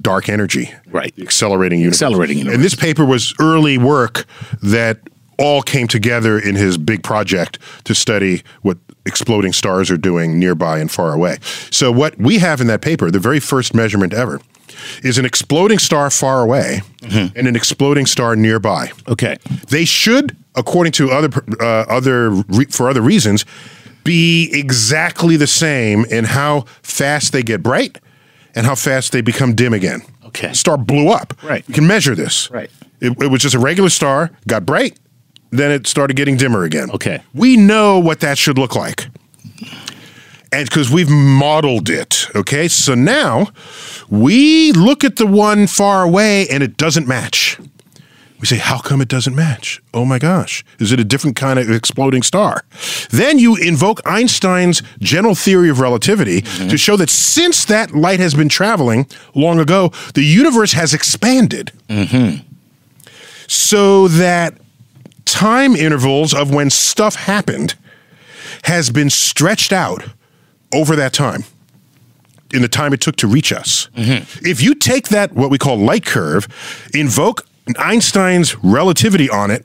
Speaker 2: dark energy,
Speaker 3: Right.
Speaker 2: The accelerating universe.
Speaker 3: Accelerating universe.
Speaker 2: And this paper was early work that all came together in his big project to study what exploding stars are doing nearby and far away. So what we have in that paper, the very first measurement ever, is an exploding star far away and an exploding star nearby.
Speaker 3: Okay.
Speaker 2: They should, according to other uh, other re- for other reasons, be exactly the same in how fast they get bright and how fast they become dim again.
Speaker 3: Okay.
Speaker 2: star blew up.
Speaker 3: Right.
Speaker 2: you can measure this.
Speaker 3: Right.
Speaker 2: it, it was just a regular star, got bright, then it started getting dimmer again.
Speaker 3: Okay.
Speaker 2: we know what that should look like and because we've modeled it. Okay, so now we look at the one far away and it doesn't match. We say, how come it doesn't match? Oh my gosh, is it a different kind of exploding star? Then you invoke Einstein's general theory of relativity to show that since that light has been traveling long ago, the universe has expanded so that time intervals of when stuff happened has been stretched out over that time in the time it took to reach us. If you take that, what we call light curve, invoke Einstein's relativity on it,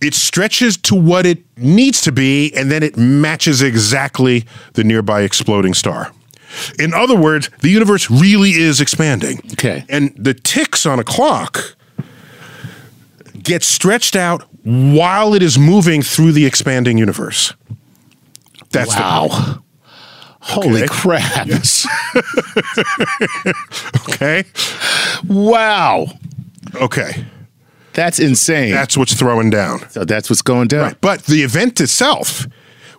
Speaker 2: it stretches to what it needs to be, and then it matches exactly the nearby exploding star. In other words, the universe really is expanding.
Speaker 3: Okay.
Speaker 2: And the ticks on a clock get stretched out while it is moving through the expanding universe. That's the
Speaker 3: Wow. Holy
Speaker 2: Okay.
Speaker 3: crap.
Speaker 2: Okay.
Speaker 3: wow.
Speaker 2: Okay.
Speaker 3: That's insane.
Speaker 2: That's what's throwing down.
Speaker 3: so that's what's going down.
Speaker 2: Right. But the event itself,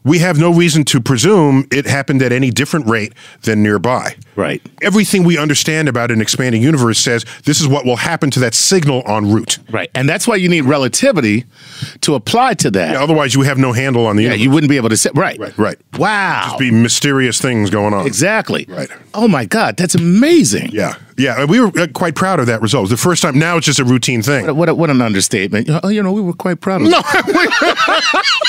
Speaker 2: we have no reason to presume it happened at any different rate than nearby.
Speaker 3: Right.
Speaker 2: Everything we understand about an expanding universe says this is what will happen to that signal en route.
Speaker 3: Right. And that's why you need relativity to apply to that. Yeah,
Speaker 2: Otherwise, you have no handle on the universe.
Speaker 3: you wouldn't be able to sit. Right.
Speaker 2: Right, right.
Speaker 3: Wow.
Speaker 2: Just be mysterious things going on.
Speaker 3: exactly.
Speaker 2: Right.
Speaker 3: Oh my God. That's amazing.
Speaker 2: Yeah. Yeah. And we were uh, quite proud of that result. It was The first time, now it's just a routine thing.
Speaker 3: What, a, what an understatement. You know, oh, you know, we were quite proud of
Speaker 2: No,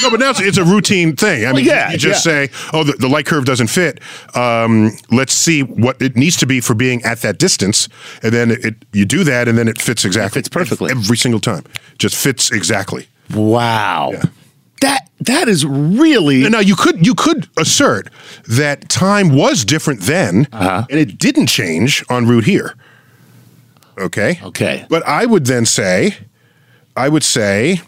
Speaker 2: no, but now it's, it's a routine thing. I mean,
Speaker 3: yeah,
Speaker 2: you just
Speaker 3: yeah.
Speaker 2: say, "Oh, the, the light curve doesn't fit. Um, let's see what it needs to be for being at that distance," and then it, you do that, and then it fits exactly.
Speaker 3: fits perfectly.
Speaker 2: every single time. Just fits exactly.
Speaker 3: that. Wow. That That is really.
Speaker 2: And now you could you could assert that time was different then,
Speaker 3: Uh-huh.
Speaker 2: and it didn't change en route here. Okay.
Speaker 3: Okay.
Speaker 2: But I would then say, I would say,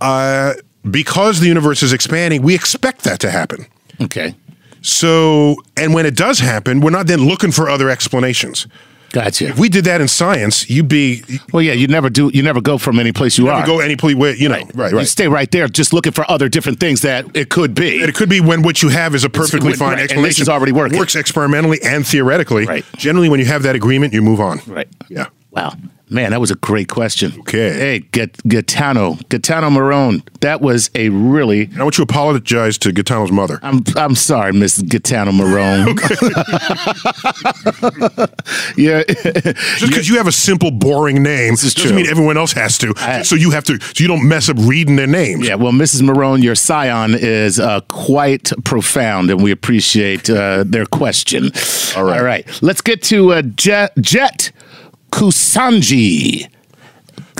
Speaker 2: uh, because the universe is expanding, we expect that to happen.
Speaker 3: Okay.
Speaker 2: So, and when it does happen, we're not then looking for other explanations.
Speaker 3: Gotcha.
Speaker 2: If we did that in science, you'd be you
Speaker 3: well, yeah, you never do. You never go from any place you, are.
Speaker 2: could go any place where you know right right.
Speaker 3: You stay right there, just looking for other different things that it could be.
Speaker 2: And it could be when what you have is a perfectly
Speaker 3: It's-
Speaker 2: fine
Speaker 3: right, and this
Speaker 2: explanation.
Speaker 3: is already working.
Speaker 2: Works experimentally and theoretically.
Speaker 3: Right.
Speaker 2: Generally, when you have that agreement, you move on.
Speaker 3: Right.
Speaker 2: Yeah.
Speaker 3: Wow. Man, that was a great question.
Speaker 2: Okay.
Speaker 3: Hey, Gat- Gaetano, Gaetano Marone. That was a really.
Speaker 2: And I want you to apologize to Gaetano's mother.
Speaker 3: I'm I'm sorry, Miss Gaetano Marone. yeah,
Speaker 2: Just because you have a simple, boring name
Speaker 3: is
Speaker 2: doesn't
Speaker 3: true.
Speaker 2: mean everyone else has to. so you have to. So you don't mess up reading their names.
Speaker 3: yeah. Well, Mrs. Marone, your scion is uh, quite profound, and we appreciate uh, their question. All
Speaker 2: right.
Speaker 3: all right. Let's get to uh, Jet, Jet Kusanji.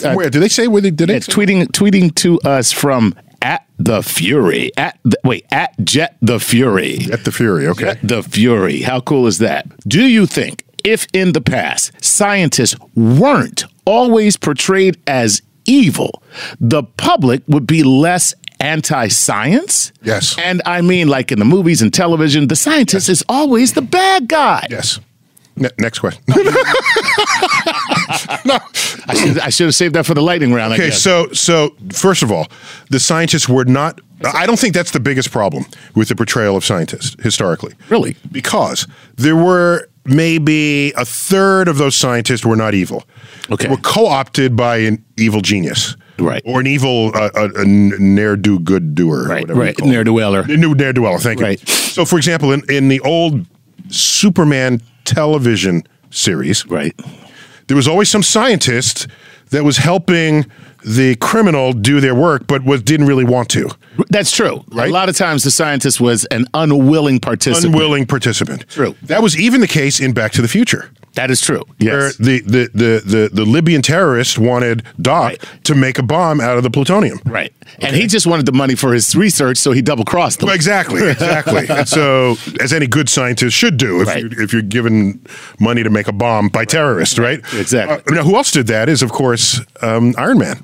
Speaker 2: Where did they say where they did
Speaker 3: It's tweeting tweeting to us from at the Fury at the, wait at Jet the Fury.
Speaker 2: At the Fury. Okay.
Speaker 3: Jet the Fury. How cool is that? Do you think If in the past scientists weren't always portrayed as evil, the public would be less anti science.
Speaker 2: Yes.
Speaker 3: And I mean, like in the movies and television, the scientist is always the bad guy.
Speaker 2: Yes. Ne- next question.
Speaker 3: I, should, I should have saved that for the lightning round. I
Speaker 2: Okay,
Speaker 3: guess.
Speaker 2: so so first of all, the scientists were not. I don't think that's the biggest problem with the portrayal of scientists historically.
Speaker 3: Really?
Speaker 2: because there were maybe a third of those scientists were not evil.
Speaker 3: Okay.
Speaker 2: were co-opted by an evil genius,
Speaker 3: Right.
Speaker 2: or an evil uh, a, a ne'er do good doer,
Speaker 3: Right,
Speaker 2: Whatever you
Speaker 3: right,
Speaker 2: call it.
Speaker 3: ne'er-do-weller.
Speaker 2: The new ne'er do well. Thank you.
Speaker 3: Right.
Speaker 2: So, for example, in, in the old Superman television series,
Speaker 3: right.
Speaker 2: there was always some scientist that was helping the criminal do their work, but was didn't really want to.
Speaker 3: That's true.
Speaker 2: Right?
Speaker 3: A lot of times the scientist was an unwilling participant.
Speaker 2: Unwilling participant.
Speaker 3: True.
Speaker 2: That was even the case in Back to the Future.
Speaker 3: That is true. Yes.
Speaker 2: Where the, the, the, the, the Libyan terrorist wanted Doc
Speaker 3: Right.
Speaker 2: to make a bomb out of the plutonium.
Speaker 3: Right. And he just wanted the money for his research, so he double crossed them.
Speaker 2: Well, exactly, exactly. And so, as any good scientist should do, if,
Speaker 3: Right.
Speaker 2: you're, if you're given money to make a bomb by terrorists, right?
Speaker 3: Exactly.
Speaker 2: Uh, now, who else did that is, of course, um, Iron Man.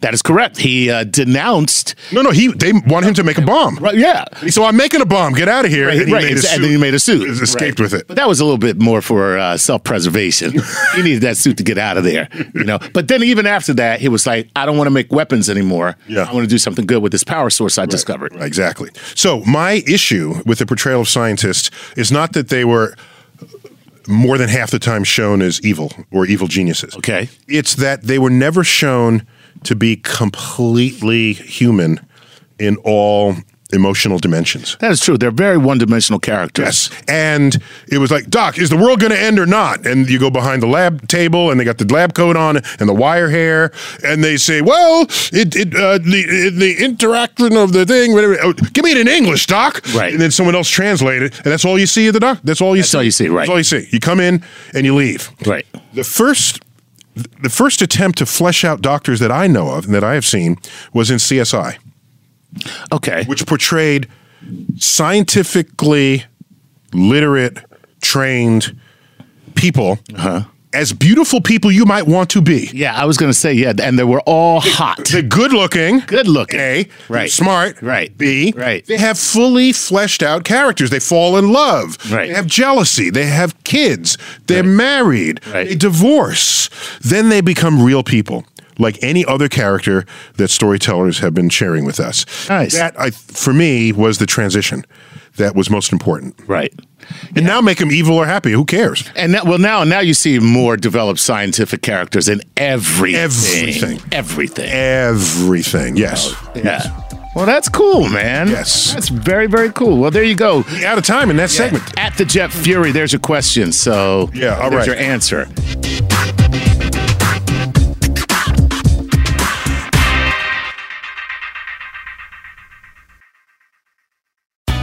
Speaker 3: That is correct. He uh, denounced.
Speaker 2: No, no, he. They wanted him to make a bomb.
Speaker 3: Right, yeah.
Speaker 2: So I'm making a bomb. Get out of here.
Speaker 3: Right,
Speaker 2: and he
Speaker 3: right,
Speaker 2: made a
Speaker 3: exa-
Speaker 2: suit.
Speaker 3: and then he made a suit.
Speaker 2: Escaped
Speaker 3: Right.
Speaker 2: with it.
Speaker 3: But that was a little bit more for uh, self preservation. he needed that suit to get out of there, you know. But then even after that, he was like, "I don't want to make weapons anymore.
Speaker 2: Yeah.
Speaker 3: I want to do something good with this power source I discovered."
Speaker 2: Exactly. So my issue with the portrayal of scientists is not that they were more than half the time shown as evil or evil geniuses.
Speaker 3: Okay.
Speaker 2: It's that they were never shown to be completely human in all emotional dimensions.
Speaker 3: That is true. They're very one dimensional characters.
Speaker 2: Yes. And it was like, Doc, is the world going to end or not? And you go behind the lab table and they got the lab coat on and the wire hair. And they say, well, it, it, uh, the, the interaction of the thing, whatever. Oh, give me it in English, Doc.
Speaker 3: Right.
Speaker 2: And then someone else translate it. And that's all you see at the doc. That's all you
Speaker 3: That's
Speaker 2: see.
Speaker 3: all you see, right.
Speaker 2: That's all you see. You come in and you leave.
Speaker 3: Right.
Speaker 2: The first. The first attempt to flesh out doctors that I know of and that I have seen was in CSI
Speaker 3: Okay.
Speaker 2: which portrayed scientifically literate, trained people as beautiful people you might want to be.
Speaker 3: yeah, I was going to say yeah, and they were all hot.
Speaker 2: They're good looking.
Speaker 3: Good looking.
Speaker 2: A.
Speaker 3: Right.
Speaker 2: Smart.
Speaker 3: Right.
Speaker 2: B.
Speaker 3: Right.
Speaker 2: They have fully fleshed out characters. They fall in love.
Speaker 3: Right.
Speaker 2: They have jealousy. They have kids. They're married.
Speaker 3: Right.
Speaker 2: They divorce. Then they become real people. Like any other character that storytellers have been sharing with us.
Speaker 3: Nice.
Speaker 2: That, I, for me, was the transition that was most important.
Speaker 3: right.
Speaker 2: And now make them evil or happy. Who cares?
Speaker 3: And now, well, now now you see more developed scientific characters in everything.
Speaker 2: Everything.
Speaker 3: Everything.
Speaker 2: Everything. Yes.
Speaker 3: yeah. Well, that's cool, man.
Speaker 2: Yes.
Speaker 3: That's very, very cool. Well, there you go.
Speaker 2: Out of time in that segment.
Speaker 3: At the Jet Fury, there's your question. So
Speaker 2: Yeah, all
Speaker 3: there's
Speaker 2: right.
Speaker 3: your answer.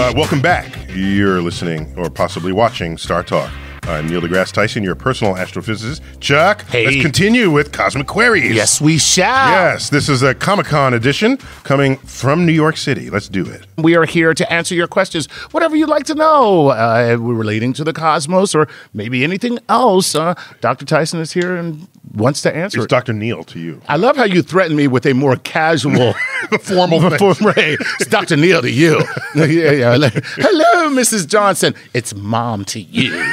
Speaker 2: Uh, welcome back. You're listening or possibly watching Star Talk.
Speaker 6: I'm Neil deGrasse Tyson, your personal astrophysicist. Chuck,
Speaker 3: Hey.
Speaker 6: let's continue with Cosmic Queries.
Speaker 3: Yes, we shall.
Speaker 6: Yes, this is a Comic Con edition coming from New York City. Let's do it.
Speaker 3: We are here to answer your questions, whatever you'd like to know, uh, relating to the cosmos or maybe anything else. Uh, Dr. Tyson is here and wants to answer.
Speaker 6: It's
Speaker 3: it.
Speaker 6: Dr. Neil to you.
Speaker 3: I love how you threaten me with a more casual,
Speaker 6: Formal thing.
Speaker 3: form- hey, It's Dr. Neil to you. yeah, yeah. like, Hello, Mrs. Johnson. It's mom to you.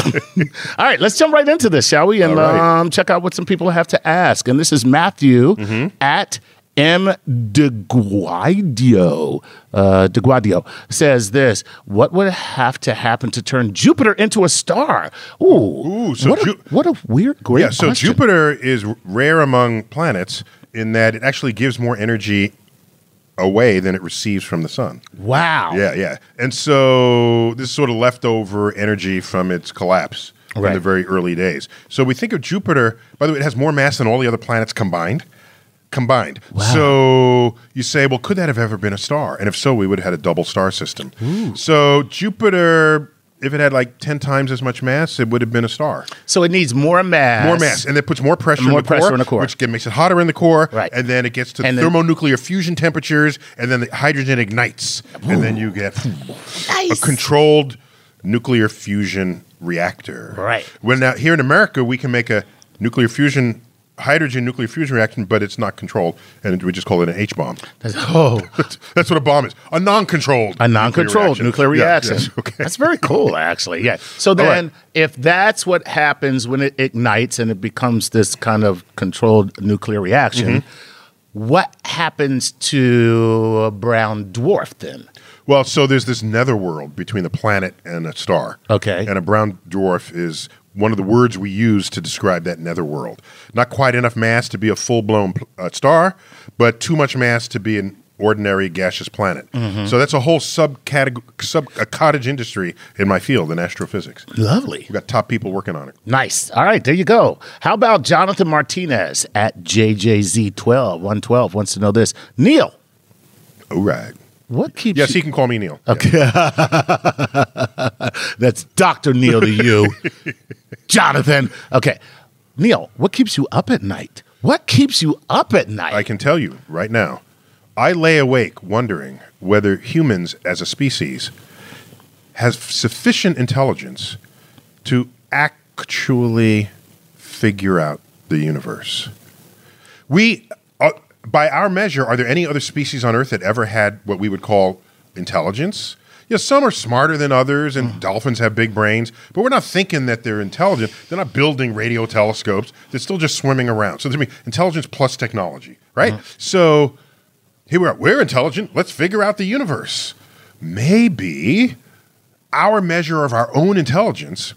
Speaker 3: All right, let's jump right into this, shall we? And
Speaker 6: All right.
Speaker 3: um, check out what some people have to ask. And this is Matthew
Speaker 6: Mm-hmm.
Speaker 3: at M. DeGuadio. Uh, DeGuadio says this What would have to happen to turn Jupiter into a star? Ooh.
Speaker 6: Ooh, so
Speaker 3: what,
Speaker 6: Ju-
Speaker 3: a, what a weird, great
Speaker 6: yeah, so
Speaker 3: question.
Speaker 6: Jupiter is r- rare among planets in that it actually gives more energy away than it receives from the sun.
Speaker 3: Wow.
Speaker 6: Yeah, yeah. And so this is sort of leftover energy from its collapse in the
Speaker 3: Right.
Speaker 6: very early days. So we think of Jupiter, by the way, it has more mass than all the other planets combined. Combined. So you say, well, could that have ever been a star? And if so, we would have had a double star system. So Jupiter, if it had like 10 times as much mass, it would have been a star.
Speaker 3: So it needs more mass.
Speaker 6: More mass, and that puts more pressure,
Speaker 3: More
Speaker 6: in, the
Speaker 3: pressure
Speaker 6: core,
Speaker 3: in the core.
Speaker 6: which get- makes it hotter in the core.
Speaker 3: Right.
Speaker 6: and then it gets to
Speaker 3: And then-
Speaker 6: thermonuclear fusion temperatures, and then the hydrogen ignites, and then you get a controlled nuclear fusion reactor.
Speaker 3: Right.
Speaker 6: Well, now here in America, we can make a nuclear fusion. Hydrogen nuclear fusion reaction, but it's not controlled, and we just call it an H bomb.
Speaker 3: oh,
Speaker 6: That's, that's what a bomb is a non controlled
Speaker 3: a non-controlled nuclear reaction.
Speaker 6: okay.
Speaker 3: That's very cool, actually. Yeah. So
Speaker 6: right.
Speaker 3: then, if that's what happens when it ignites and it becomes this kind of controlled nuclear reaction,
Speaker 6: Mm-hmm.
Speaker 3: what happens to a brown dwarf then?
Speaker 6: Well, so there's this netherworld between a planet and a star.
Speaker 3: Okay.
Speaker 6: And a brown dwarf is one of the words we use to describe that netherworld. Not quite enough mass to be a full blown uh, star, but too much mass to be an ordinary gaseous planet. So that's a whole subcategory, sub a cottage industry in my field in astrophysics.
Speaker 3: Lovely.
Speaker 6: We've got top people working on it.
Speaker 3: Nice. All right, there you go. How about Jonathan Martinez at JJZ12 112 wants to know this. Neil,
Speaker 6: All right.
Speaker 3: what keeps
Speaker 6: Yes,
Speaker 3: you-
Speaker 6: he can call me Neil.
Speaker 3: Okay. That's Dr. Neil to you, Jonathan. Okay. Neil, what keeps you up at night? What keeps you up at night?
Speaker 6: I can tell you right now, I lay awake wondering whether humans as a species has sufficient intelligence to actually figure out the universe. We, uh, by our measure, are there any other species on Earth that ever had what we would call intelligence? Yeah, some are smarter than others, and dolphins have big brains, but we're not thinking that they're intelligent. They're not building radio telescopes. They're still just swimming around. So there's gonna be intelligence plus technology, right? So here we are. We're intelligent. Let's figure out the universe. Maybe our measure of our own intelligence,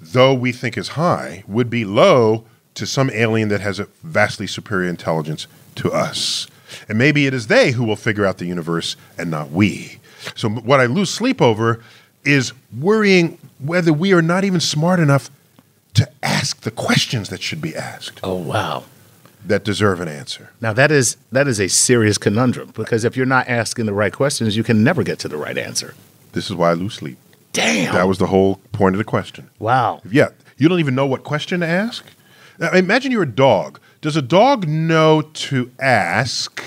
Speaker 6: though we think is high, would be low to some alien that has a vastly superior intelligence to us. And maybe it is they who will figure out the universe and not we. So, m- what I lose sleep over is worrying whether we are not even smart enough to ask the questions that should be asked
Speaker 3: oh, wow.
Speaker 6: that deserve an answer.
Speaker 3: Now that is that is a serious conundrum because if you're not asking the right questions, you can never get to the right answer.
Speaker 6: This is why I lose sleep.
Speaker 3: Damn.
Speaker 6: That was the whole point of the question.
Speaker 3: wow.
Speaker 6: Yeah, you don't even know what question to ask. Now, imagine you're a dog. Does a dog know to ask,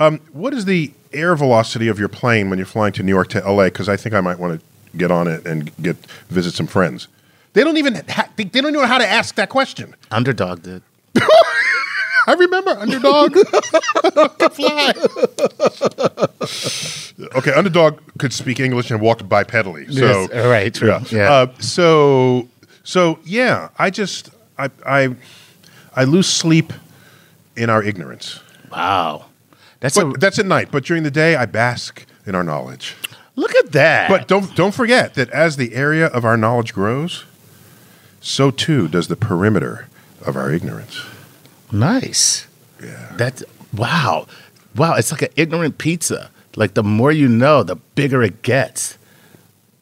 Speaker 6: um, what is the air velocity of your plane when you're flying to New York to LA? Because I think I might want to get on it and get visit some friends. They don't even ha- they, they don't know how to ask that question.
Speaker 3: Underdog did.
Speaker 6: I remember underdog fly. okay, underdog could speak English and walked bipedally. So
Speaker 3: Yes, all right, true.
Speaker 6: Yeah.
Speaker 3: Yeah.
Speaker 6: Uh, so so yeah, I just I I I lose sleep in our ignorance.
Speaker 3: Wow. That's
Speaker 6: But
Speaker 3: a
Speaker 6: that's at night. But during the day, I bask in our knowledge.
Speaker 3: look at that.
Speaker 6: But don't don't forget that as the area of our knowledge grows, so too does the perimeter of our ignorance.
Speaker 3: nice.
Speaker 6: Yeah.
Speaker 3: That's wow. Wow, it's like an ignorant pizza. Like the more you know, the bigger it gets.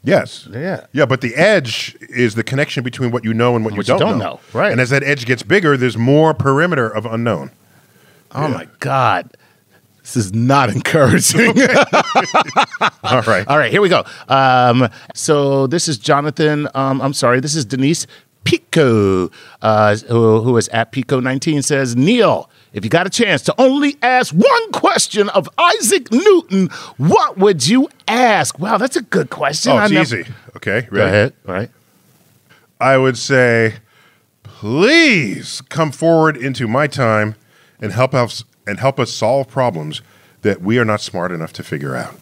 Speaker 6: Yes.
Speaker 3: Yeah.
Speaker 6: Yeah, but the edge is the connection between what you know and what,
Speaker 3: What
Speaker 6: you,
Speaker 3: you
Speaker 6: don't
Speaker 3: don't know, right.
Speaker 6: And as that edge gets bigger, there's more perimeter of unknown.
Speaker 3: Oh my God. This is not encouraging. Uh,
Speaker 2: All right.
Speaker 3: All right, here we go. Um, so this is Jonathan. Um, I'm sorry, this is Denise Pico, uh, who, who is at Pico19 says, Neil, if you got a chance to only ask one question of Isaac Newton, what would you ask? Wow, that's a good question.
Speaker 2: Oh,
Speaker 3: I
Speaker 2: it's
Speaker 3: nev-
Speaker 2: easy. Okay.
Speaker 3: Go
Speaker 2: Ready?
Speaker 3: ahead. All right.
Speaker 2: I would say, please come forward into my time and help us and help us solve problems that we are not smart enough to figure out.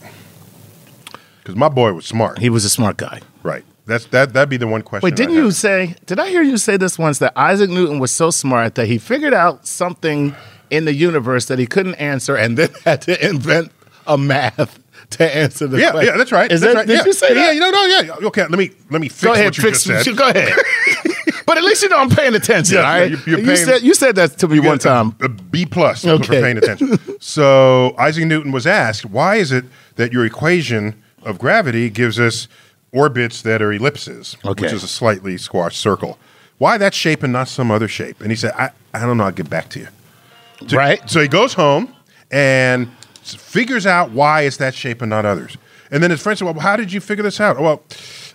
Speaker 2: Because my boy was smart,
Speaker 3: He was a smart guy.
Speaker 2: right? That's that. That'd be the one question.
Speaker 3: Wait, didn't
Speaker 2: I'd have.
Speaker 3: you say? Did I hear you say this once that Isaac Newton was so smart that he figured out something in the universe that he couldn't answer, and then had to invent a math to answer the
Speaker 2: Yeah,
Speaker 3: question?
Speaker 2: yeah, that's right.
Speaker 3: Is
Speaker 2: that's
Speaker 3: that,
Speaker 2: right.
Speaker 3: Did
Speaker 2: yeah.
Speaker 3: you say
Speaker 2: yeah,
Speaker 3: that?
Speaker 2: Yeah, no, no, yeah. Okay, let me let me fix
Speaker 3: go ahead,
Speaker 2: what you
Speaker 3: fix.
Speaker 2: just said.
Speaker 3: Go ahead. but at least you know I'm paying attention.
Speaker 2: Yeah,
Speaker 3: all right,
Speaker 2: you're- you're
Speaker 3: you
Speaker 2: paying-
Speaker 3: said you said that to me
Speaker 2: You
Speaker 3: one
Speaker 2: get a-
Speaker 3: time.
Speaker 2: A B plus for
Speaker 3: Okay.
Speaker 2: paying attention. so Isaac Newton was asked, why is it that your equation of gravity gives us orbits that are ellipses, which
Speaker 3: Okay.
Speaker 2: is a slightly squashed circle? Why that shape and not some other shape? And he said, I, I don't know. I'll get back to you. So-
Speaker 3: Right.
Speaker 2: So he goes home and s- figures out why it's that shape and not others. And then his friend said, Well, how did you figure this out? "Oh, Well,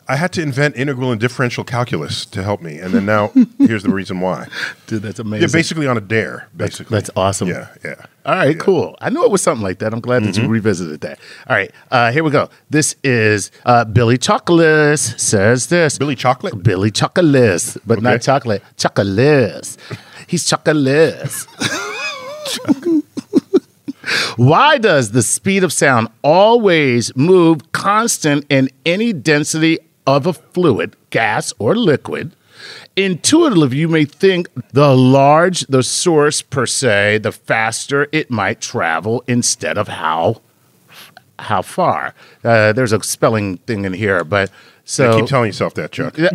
Speaker 2: I had to invent integral and differential calculus to help me. And then now here's the reason why.
Speaker 3: Dude, that's
Speaker 2: Yeah,
Speaker 3: amazing.
Speaker 2: basically on a dare. Basically,
Speaker 3: that's awesome.
Speaker 2: Yeah, yeah. Mm-hmm.
Speaker 3: All right, cool. I knew it was something like that. I'm glad that you revisited that. All right, uh, here we go. This is uh, Billy Chocolates says this.
Speaker 2: Billy Chocolate.
Speaker 3: Billy Chocolates, but not
Speaker 2: Okay.
Speaker 3: chocolate. Chocolates. He's Chocolates. Why does the speed of sound always move constant in any density of a fluid, gas, or liquid? Intuitively, you may think the large the source per se, the faster it might travel instead of how how far. Uh, there's a spelling thing in here, but so
Speaker 2: Keep telling yourself that, Chuck.
Speaker 3: yeah.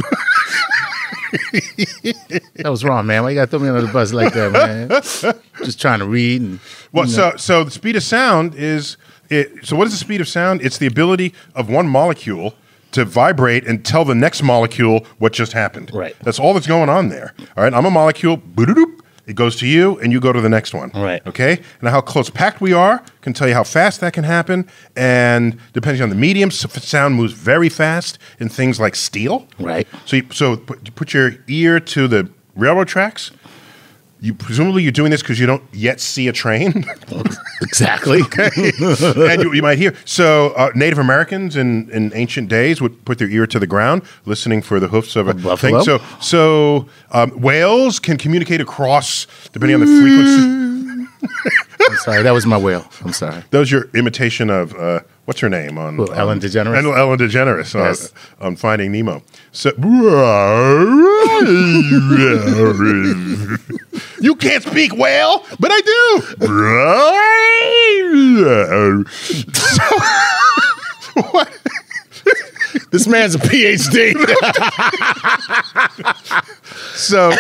Speaker 3: that was wrong, man. Why you gotta throw me under the bus like that, man? Just trying to read and
Speaker 2: Well, so so the speed of sound is it, so. What is the speed of sound? It's the ability of one molecule to vibrate and tell the next molecule what just happened.
Speaker 3: Right.
Speaker 2: That's all that's going on there. All right. I'm a molecule. Boo-doo-doop. It goes to you, and you go to the next one.
Speaker 3: Right.
Speaker 2: Okay. And how close packed we are can tell you how fast that can happen. And depending on the medium, s- sound moves very fast in things like steel.
Speaker 3: Right.
Speaker 2: So you, so put, you put your ear to the railroad tracks. You presumably you're doing this because you don't yet see a train,
Speaker 3: exactly.
Speaker 2: and you, you might hear. So uh, Native Americans in, in ancient days would put their ear to the ground, listening for the hoofs of a
Speaker 3: buffalo?
Speaker 2: thing. So so um, whales can communicate across depending on the
Speaker 3: Mm.
Speaker 2: frequency.
Speaker 3: I'm sorry, that was my whale. I'm sorry.
Speaker 2: That was your imitation of uh, what's her name on
Speaker 3: Who, Ellen
Speaker 2: on-
Speaker 3: DeGeneres?
Speaker 2: Ellen, Ellen DeGeneres on-
Speaker 3: Yes.
Speaker 2: on Finding Nemo. So you can't speak whale, but I do.
Speaker 3: This man's a PhD.
Speaker 2: so,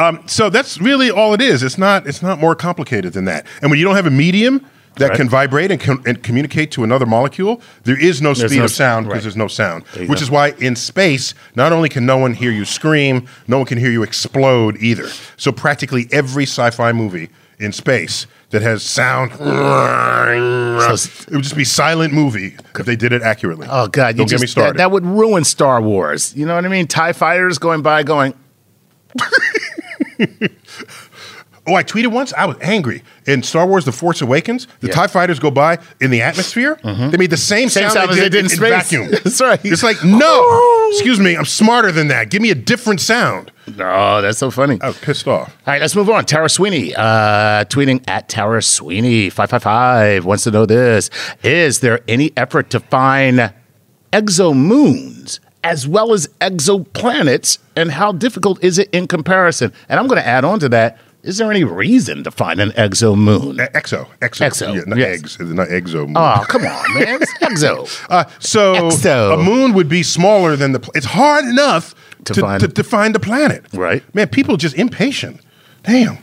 Speaker 2: um, so that's really all it is. It's not. It's not more complicated than that. And when you don't have a medium. That
Speaker 3: Right.
Speaker 2: can vibrate and, com- and communicate to another molecule. There is no
Speaker 3: There's
Speaker 2: speed
Speaker 3: no
Speaker 2: of sound
Speaker 3: s-
Speaker 2: because
Speaker 3: right.
Speaker 2: there's no sound,
Speaker 3: There you
Speaker 2: which
Speaker 3: go.
Speaker 2: is why in space, not only can no one hear you scream, no one can hear you explode either. So practically every sci-fi movie in space that has sound, it would just be silent movie if they did it accurately.
Speaker 3: oh God,
Speaker 2: don't
Speaker 3: you just,
Speaker 2: get me started.
Speaker 3: That, that would ruin Star Wars. You know what I mean? Tie fighters going by, going.
Speaker 2: Oh, I tweeted once. I was angry in Star Wars: The Force Awakens. The
Speaker 3: Yeah. Mm-hmm.
Speaker 2: Tie Fighters go by in the atmosphere. They made the same,
Speaker 3: Same
Speaker 2: sound,
Speaker 3: sound as they did in space.
Speaker 2: vacuum.
Speaker 3: That's right.
Speaker 2: It's like no, excuse me. I'm smarter than that. Give me a different sound.
Speaker 3: Oh, that's so funny.
Speaker 2: I was pissed off.
Speaker 3: All right, let's move on. Tara Sweeney, uh, tweeting at Tara Sweeney five five five wants to know this: Is there any effort to find exomoons as well as exoplanets, and how difficult is it in comparison? And I'm going to add on to that: Is there any reason to find an exomoon?
Speaker 2: Exo, exo,
Speaker 3: Exo,
Speaker 2: Yeah, not
Speaker 3: yes.
Speaker 2: eggs, not exo.
Speaker 3: Oh, come on, man! It's exo.
Speaker 2: Uh, so
Speaker 3: Exo.
Speaker 2: a moon would be smaller than the. Pl- it's hard enough
Speaker 3: To
Speaker 2: to,
Speaker 3: find-
Speaker 2: to, to find the planet.
Speaker 3: Right.
Speaker 2: man. People just impatient. Damn.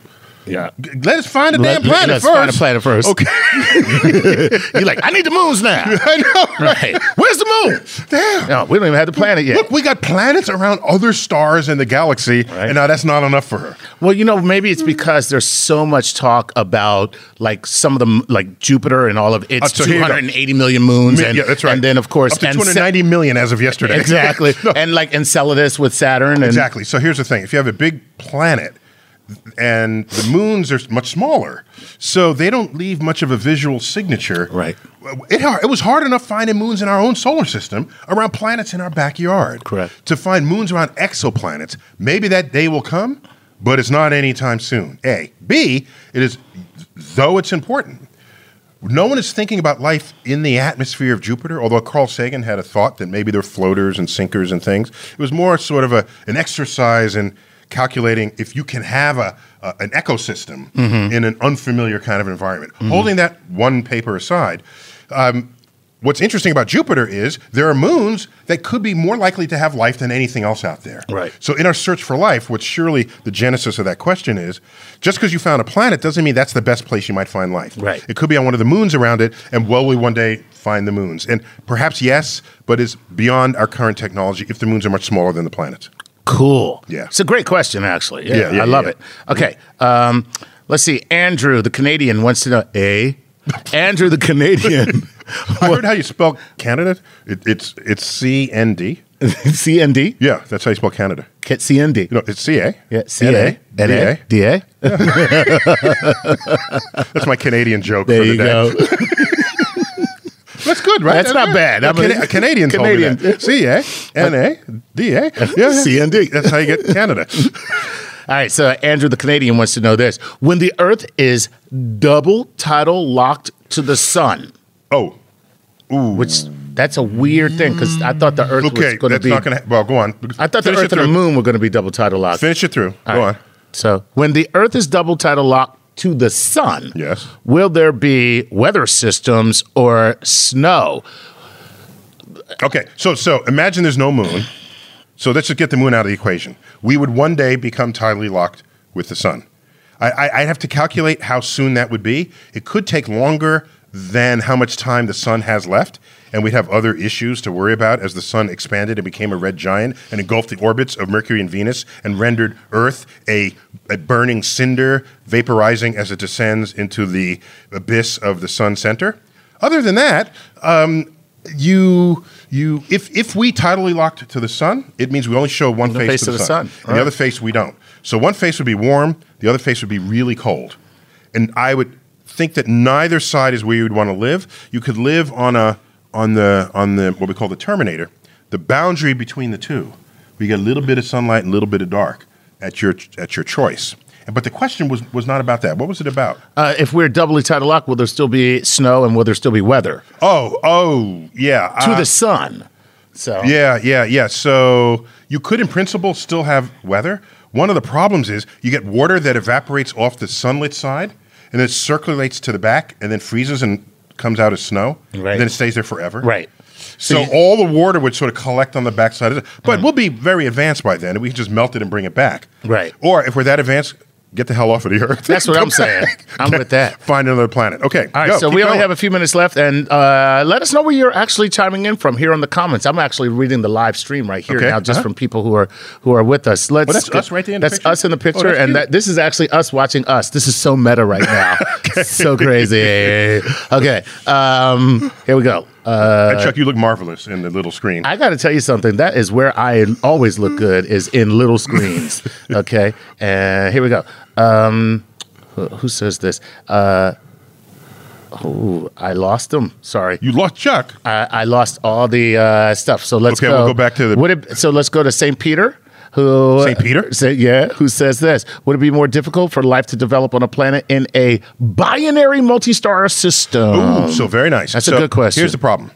Speaker 3: Yeah.
Speaker 1: Let us find a damn
Speaker 3: Let-
Speaker 1: planet
Speaker 3: let's
Speaker 1: first.
Speaker 3: find a planet first.
Speaker 1: Okay.
Speaker 3: You're like, I need the moons now.
Speaker 1: I know.
Speaker 3: Right.
Speaker 1: Where's the moon?
Speaker 2: Damn.
Speaker 3: No, we don't even have the planet yet.
Speaker 2: Look, we got planets around other stars in the galaxy, and now that's not enough for her.
Speaker 3: Well, you know, maybe it's because there's so much talk about like some of them, like Jupiter and all of its
Speaker 2: Uh, so here you go.
Speaker 3: 280 million moons.
Speaker 2: Mi-
Speaker 3: And,
Speaker 2: yeah, that's right.
Speaker 3: And then, of course,
Speaker 2: up to
Speaker 3: and
Speaker 2: 290 million as of
Speaker 3: Se-
Speaker 2: yesterday.
Speaker 3: exactly.
Speaker 2: No,
Speaker 3: And like Enceladus with Saturn. And,
Speaker 2: exactly. So here's the thing: if you have a big planet, and the moons are much smaller, so they don't leave much of a visual signature.
Speaker 3: Right.
Speaker 2: It, har- it was hard enough finding moons in our own solar system around planets in our backyard.
Speaker 3: Correct.
Speaker 2: To find moons around exoplanets, maybe that day will come, but it's not anytime soon. A. B. It is, though it's important, no one is thinking about life in the atmosphere of Jupiter, although Carl Sagan had a thought that maybe they're floaters and sinkers and things. It was more sort of a, an exercise in calculating if you can have a, a- an ecosystem in an unfamiliar kind of environment. Holding that one paper aside, um, what's interesting about Jupiter is there are moons that could be more likely to have life than anything else out there.
Speaker 3: Right.
Speaker 2: So in our search for life, what's surely the genesis of that question is, just because you found a planet doesn't mean that's the best place you might find life.
Speaker 3: Right.
Speaker 2: It could be on one of the moons around it, and will we one day find the moons? And perhaps yes, but it's beyond our current technology if the moons are much smaller than the planets.
Speaker 3: Cool.
Speaker 2: Yeah.
Speaker 3: It's a great question, actually. Yeah.
Speaker 2: Yeah, yeah,
Speaker 3: I love
Speaker 2: yeah.
Speaker 3: it. Okay. Um, let's see. Andrew, the Canadian, wants to know A. Andrew, the Canadian.
Speaker 2: I heard how you spell Canada. It, it's it's C N D.
Speaker 3: CND.
Speaker 2: Yeah, that's how you spell Canada.
Speaker 3: Kit CND.
Speaker 2: You know, it's C A.
Speaker 3: yeah, CA.
Speaker 2: N A.
Speaker 3: DA.
Speaker 2: That's my Canadian joke.
Speaker 3: There
Speaker 2: for the
Speaker 3: you
Speaker 2: day.
Speaker 3: go.
Speaker 2: That's good, right?
Speaker 3: That's not bad.
Speaker 2: A,
Speaker 3: I'm a-
Speaker 2: Cana- a Canadian
Speaker 3: Canadian.
Speaker 2: Canadian. C A N A D A. Yeah,
Speaker 3: C N D.
Speaker 2: That's how you get Canada.
Speaker 3: All right, so Andrew the Canadian wants to know this. When the Earth is double tidal locked to the sun,
Speaker 2: Oh,
Speaker 3: which that's a weird thing because I thought the Earth was
Speaker 2: okay.
Speaker 3: going to
Speaker 2: That's
Speaker 3: be.
Speaker 2: not going to. Well, go on.
Speaker 3: I thought the
Speaker 2: Finish
Speaker 3: Earth
Speaker 2: it
Speaker 3: and the
Speaker 2: through.
Speaker 3: Moon were going to be double tidal locked.
Speaker 2: Finish it through.
Speaker 3: All
Speaker 2: go
Speaker 3: right.
Speaker 2: on.
Speaker 3: So when the Earth is double tidal locked to the sun,
Speaker 2: Yes.
Speaker 3: will there be weather systems or snow?
Speaker 2: Okay, so so imagine there's no moon. So let's just get the moon out of the equation. We would one day become tidally locked with the sun. I, I, I'd have to calculate how soon that would be. It could take longer than how much time the sun has left, and we'd have other issues to worry about as the sun expanded and became a red giant and engulfed the orbits of Mercury and Venus and rendered Earth a, a burning cinder, vaporizing as it descends into the abyss of the sun center. Other than that, um, you you if if we tidally locked to the sun, it means we only show one face, to the, sun, and the other face we don't. So one face would be warm, the other face would be really cold, and I would think that neither side is where you would want to live. You could live on a on the on the what we call the terminator, the boundary between the two. We get a little bit of sunlight and a little bit of dark at your at your choice. But the question was was not about that. What was it about?
Speaker 3: Uh, if we're doubly tidal locked, will there still be snow and will there still be weather
Speaker 2: Oh, oh, yeah.
Speaker 3: to
Speaker 2: uh,
Speaker 3: the sun? So
Speaker 2: Yeah, yeah, yeah. So you could, in principle, still have weather. One of the problems is you get water that evaporates off the sunlit side and then circulates to the back and then freezes and comes out as snow.
Speaker 3: Right.
Speaker 2: And then it stays there forever.
Speaker 3: Right.
Speaker 2: So, all the water would sort of collect on the backside of it.
Speaker 3: Mm.
Speaker 2: But we'll be very advanced by then and we can just melt it and bring it back.
Speaker 3: Right.
Speaker 2: Or if we're that advanced, get the hell off of the earth.
Speaker 3: That's what I'm saying. I'm with that.
Speaker 2: Find another planet. Okay.
Speaker 3: All right, so we only have a few minutes left, and uh, let us know where you're actually chiming in from here in the comments. I'm actually reading the live stream right here
Speaker 2: Okay,
Speaker 3: now, just
Speaker 2: uh-huh. Oh,
Speaker 3: from people who are who are with us. Let's
Speaker 2: that's us right there in the
Speaker 3: that's
Speaker 2: picture?
Speaker 3: us in the
Speaker 2: Oh, that's
Speaker 3: picture, and
Speaker 2: cute.
Speaker 3: that, this is actually us watching us. This is so meta right now, so crazy. okay, um, here we go. Uh,
Speaker 2: And Chuck, you look marvelous in the little screen.
Speaker 3: I got to tell you something. That is where I always look good is in little screens. Okay, and here we go. Um, who, who says this? Uh, oh, I lost them. Sorry.
Speaker 2: you lost Chuck.
Speaker 3: I, I lost all the uh, stuff. So let's
Speaker 2: Okay,
Speaker 3: go.
Speaker 2: we'll go back to the-
Speaker 3: Would it, so let's go to St. Peter. Who
Speaker 2: St. Peter?
Speaker 3: Say, yeah, who says this? Would it be more difficult for life to develop on a planet in a binary multi-star system?
Speaker 2: Ooh, so very nice.
Speaker 3: Um, That's
Speaker 2: So
Speaker 3: a good question.
Speaker 2: Here's the problem: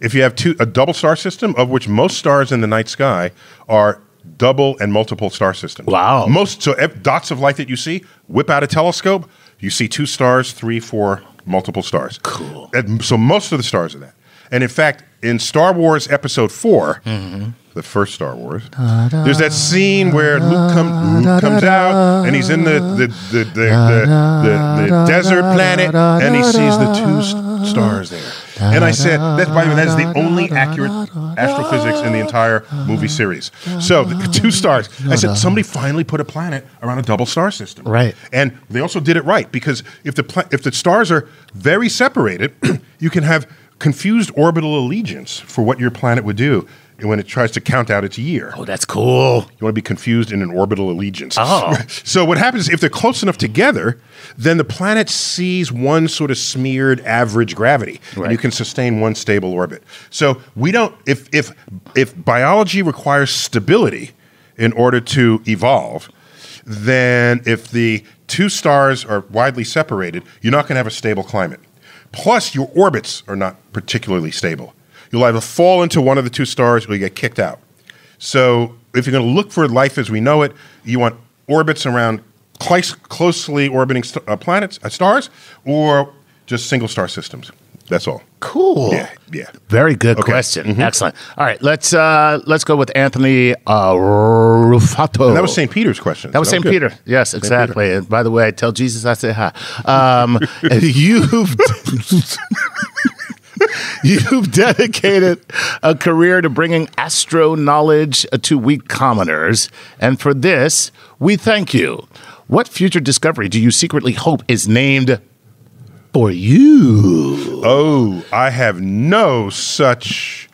Speaker 2: if you have two a double star system, of which most stars in the night sky are double and multiple star systems.
Speaker 3: Wow.
Speaker 2: Most so ev- dots of light that you see, whip out a telescope, you see two stars, three, four, multiple stars. Cool. so most of the stars are that. And in fact, in Star Wars Episode 4
Speaker 3: Mm-hmm.
Speaker 2: the first Star Wars,
Speaker 3: Uh,
Speaker 2: there's that scene where Luke, come, Luke comes out and he's in the the the, the, the, the, the desert planet and he sees the two s- stars there. And I said, that's by the way, that's the only accurate astrophysics in the entire movie series. So the two stars. I said somebody finally put a planet around a double star system.
Speaker 6: Right.
Speaker 2: And they also did it right because if the pla- if the stars are very separated, you can have confused orbital allegiance for what your planet would do when it tries to count out its year.
Speaker 3: Oh, that's cool.
Speaker 2: You want to be confused in an orbital allegiance.
Speaker 3: Oh.
Speaker 2: so what happens if they're close enough together, then the planet sees one sort of smeared average gravity,
Speaker 3: Right.
Speaker 2: and you can sustain one stable orbit. So we don't. If if if biology requires stability in order to evolve, then if the two stars are widely separated, you're not going to have a stable climate. Plus, your orbits are not particularly stable. You'll either fall into one of the two stars or you get kicked out. So if you're going to look for life as we know it, you want orbits around close, closely orbiting st- uh, planets, uh, stars, or just single star systems. That's all.
Speaker 3: Cool.
Speaker 2: Yeah, yeah.
Speaker 3: Very good
Speaker 2: Okay. Mm-hmm.
Speaker 3: question. Excellent. All right, let's uh let's go with Anthony uh, Rufato.
Speaker 2: And that was St. Peter's question.
Speaker 3: That was
Speaker 2: So
Speaker 3: St.
Speaker 2: good.
Speaker 3: Peter. Yes,
Speaker 2: Saint Peter.
Speaker 3: exactly. And by the way, tell Jesus I say hi. Um, you've you've dedicated a career to bringing astro knowledge uh, to weak commoners, and for this we thank you. What future discovery do you secretly hope is named for you?
Speaker 2: Oh, I have no such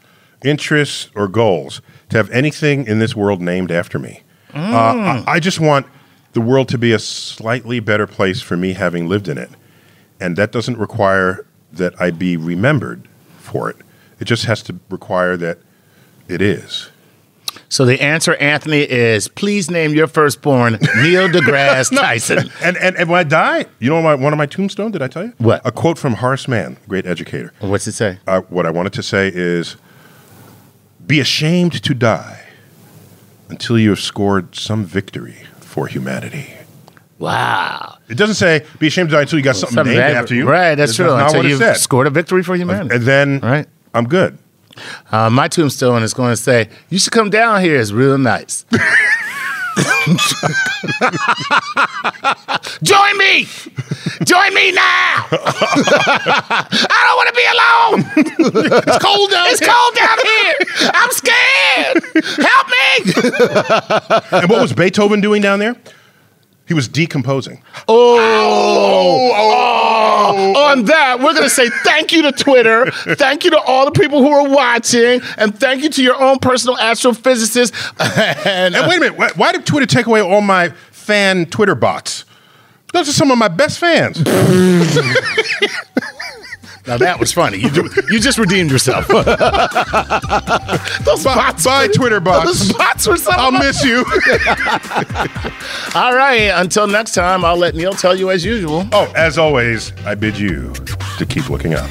Speaker 2: interests or goals to have anything in this world named after me. Uh, I, I just want the world to be a slightly better place for me having lived in it. And that doesn't require that I be remembered for it, it just has to require that it is.
Speaker 3: So the answer, Anthony, is please name your firstborn Neil deGrasse Tyson.
Speaker 2: And, and, and when I die, you know my, one of my tombstone, did I tell you?
Speaker 3: What?
Speaker 2: A quote from Horace Mann, great educator.
Speaker 3: What's it say?
Speaker 2: I, what I wanted to say is be ashamed to die until you have scored some victory for humanity.
Speaker 3: Wow.
Speaker 2: It doesn't say be ashamed to die until you got something,
Speaker 3: Something
Speaker 2: named
Speaker 3: that-
Speaker 2: after you.
Speaker 3: Right, that's true.
Speaker 2: Not
Speaker 3: Until
Speaker 2: what it
Speaker 3: you've
Speaker 2: said.
Speaker 3: scored a victory for humanity.
Speaker 2: and then
Speaker 3: Right.
Speaker 2: I'm good.
Speaker 3: Uh, my tombstone is going to say, "You should come down here. It's real nice." Join me! Join me now! I don't want to be alone. it's cold down. It's cold down here. I'm scared. Help me!
Speaker 2: and what was Beethoven doing down there? He was decomposing.
Speaker 3: Oh,
Speaker 2: Oh.
Speaker 3: on that, we're going to say thank you to Twitter. thank you to all the people who are watching. And thank you to your own personal astrophysicist. and
Speaker 2: And wait a minute, why, why did Twitter take away all my fan Twitter bots? Those are some of my best fans.
Speaker 3: uh, now that was funny. You, ju- you just redeemed yourself. Those bots.
Speaker 2: Bye, Twitter bots.
Speaker 3: Those bots were something.
Speaker 2: I'll miss you.
Speaker 3: All right. Until next time, I'll let Neil tell you as usual.
Speaker 2: Oh, as always, I bid you to keep looking up.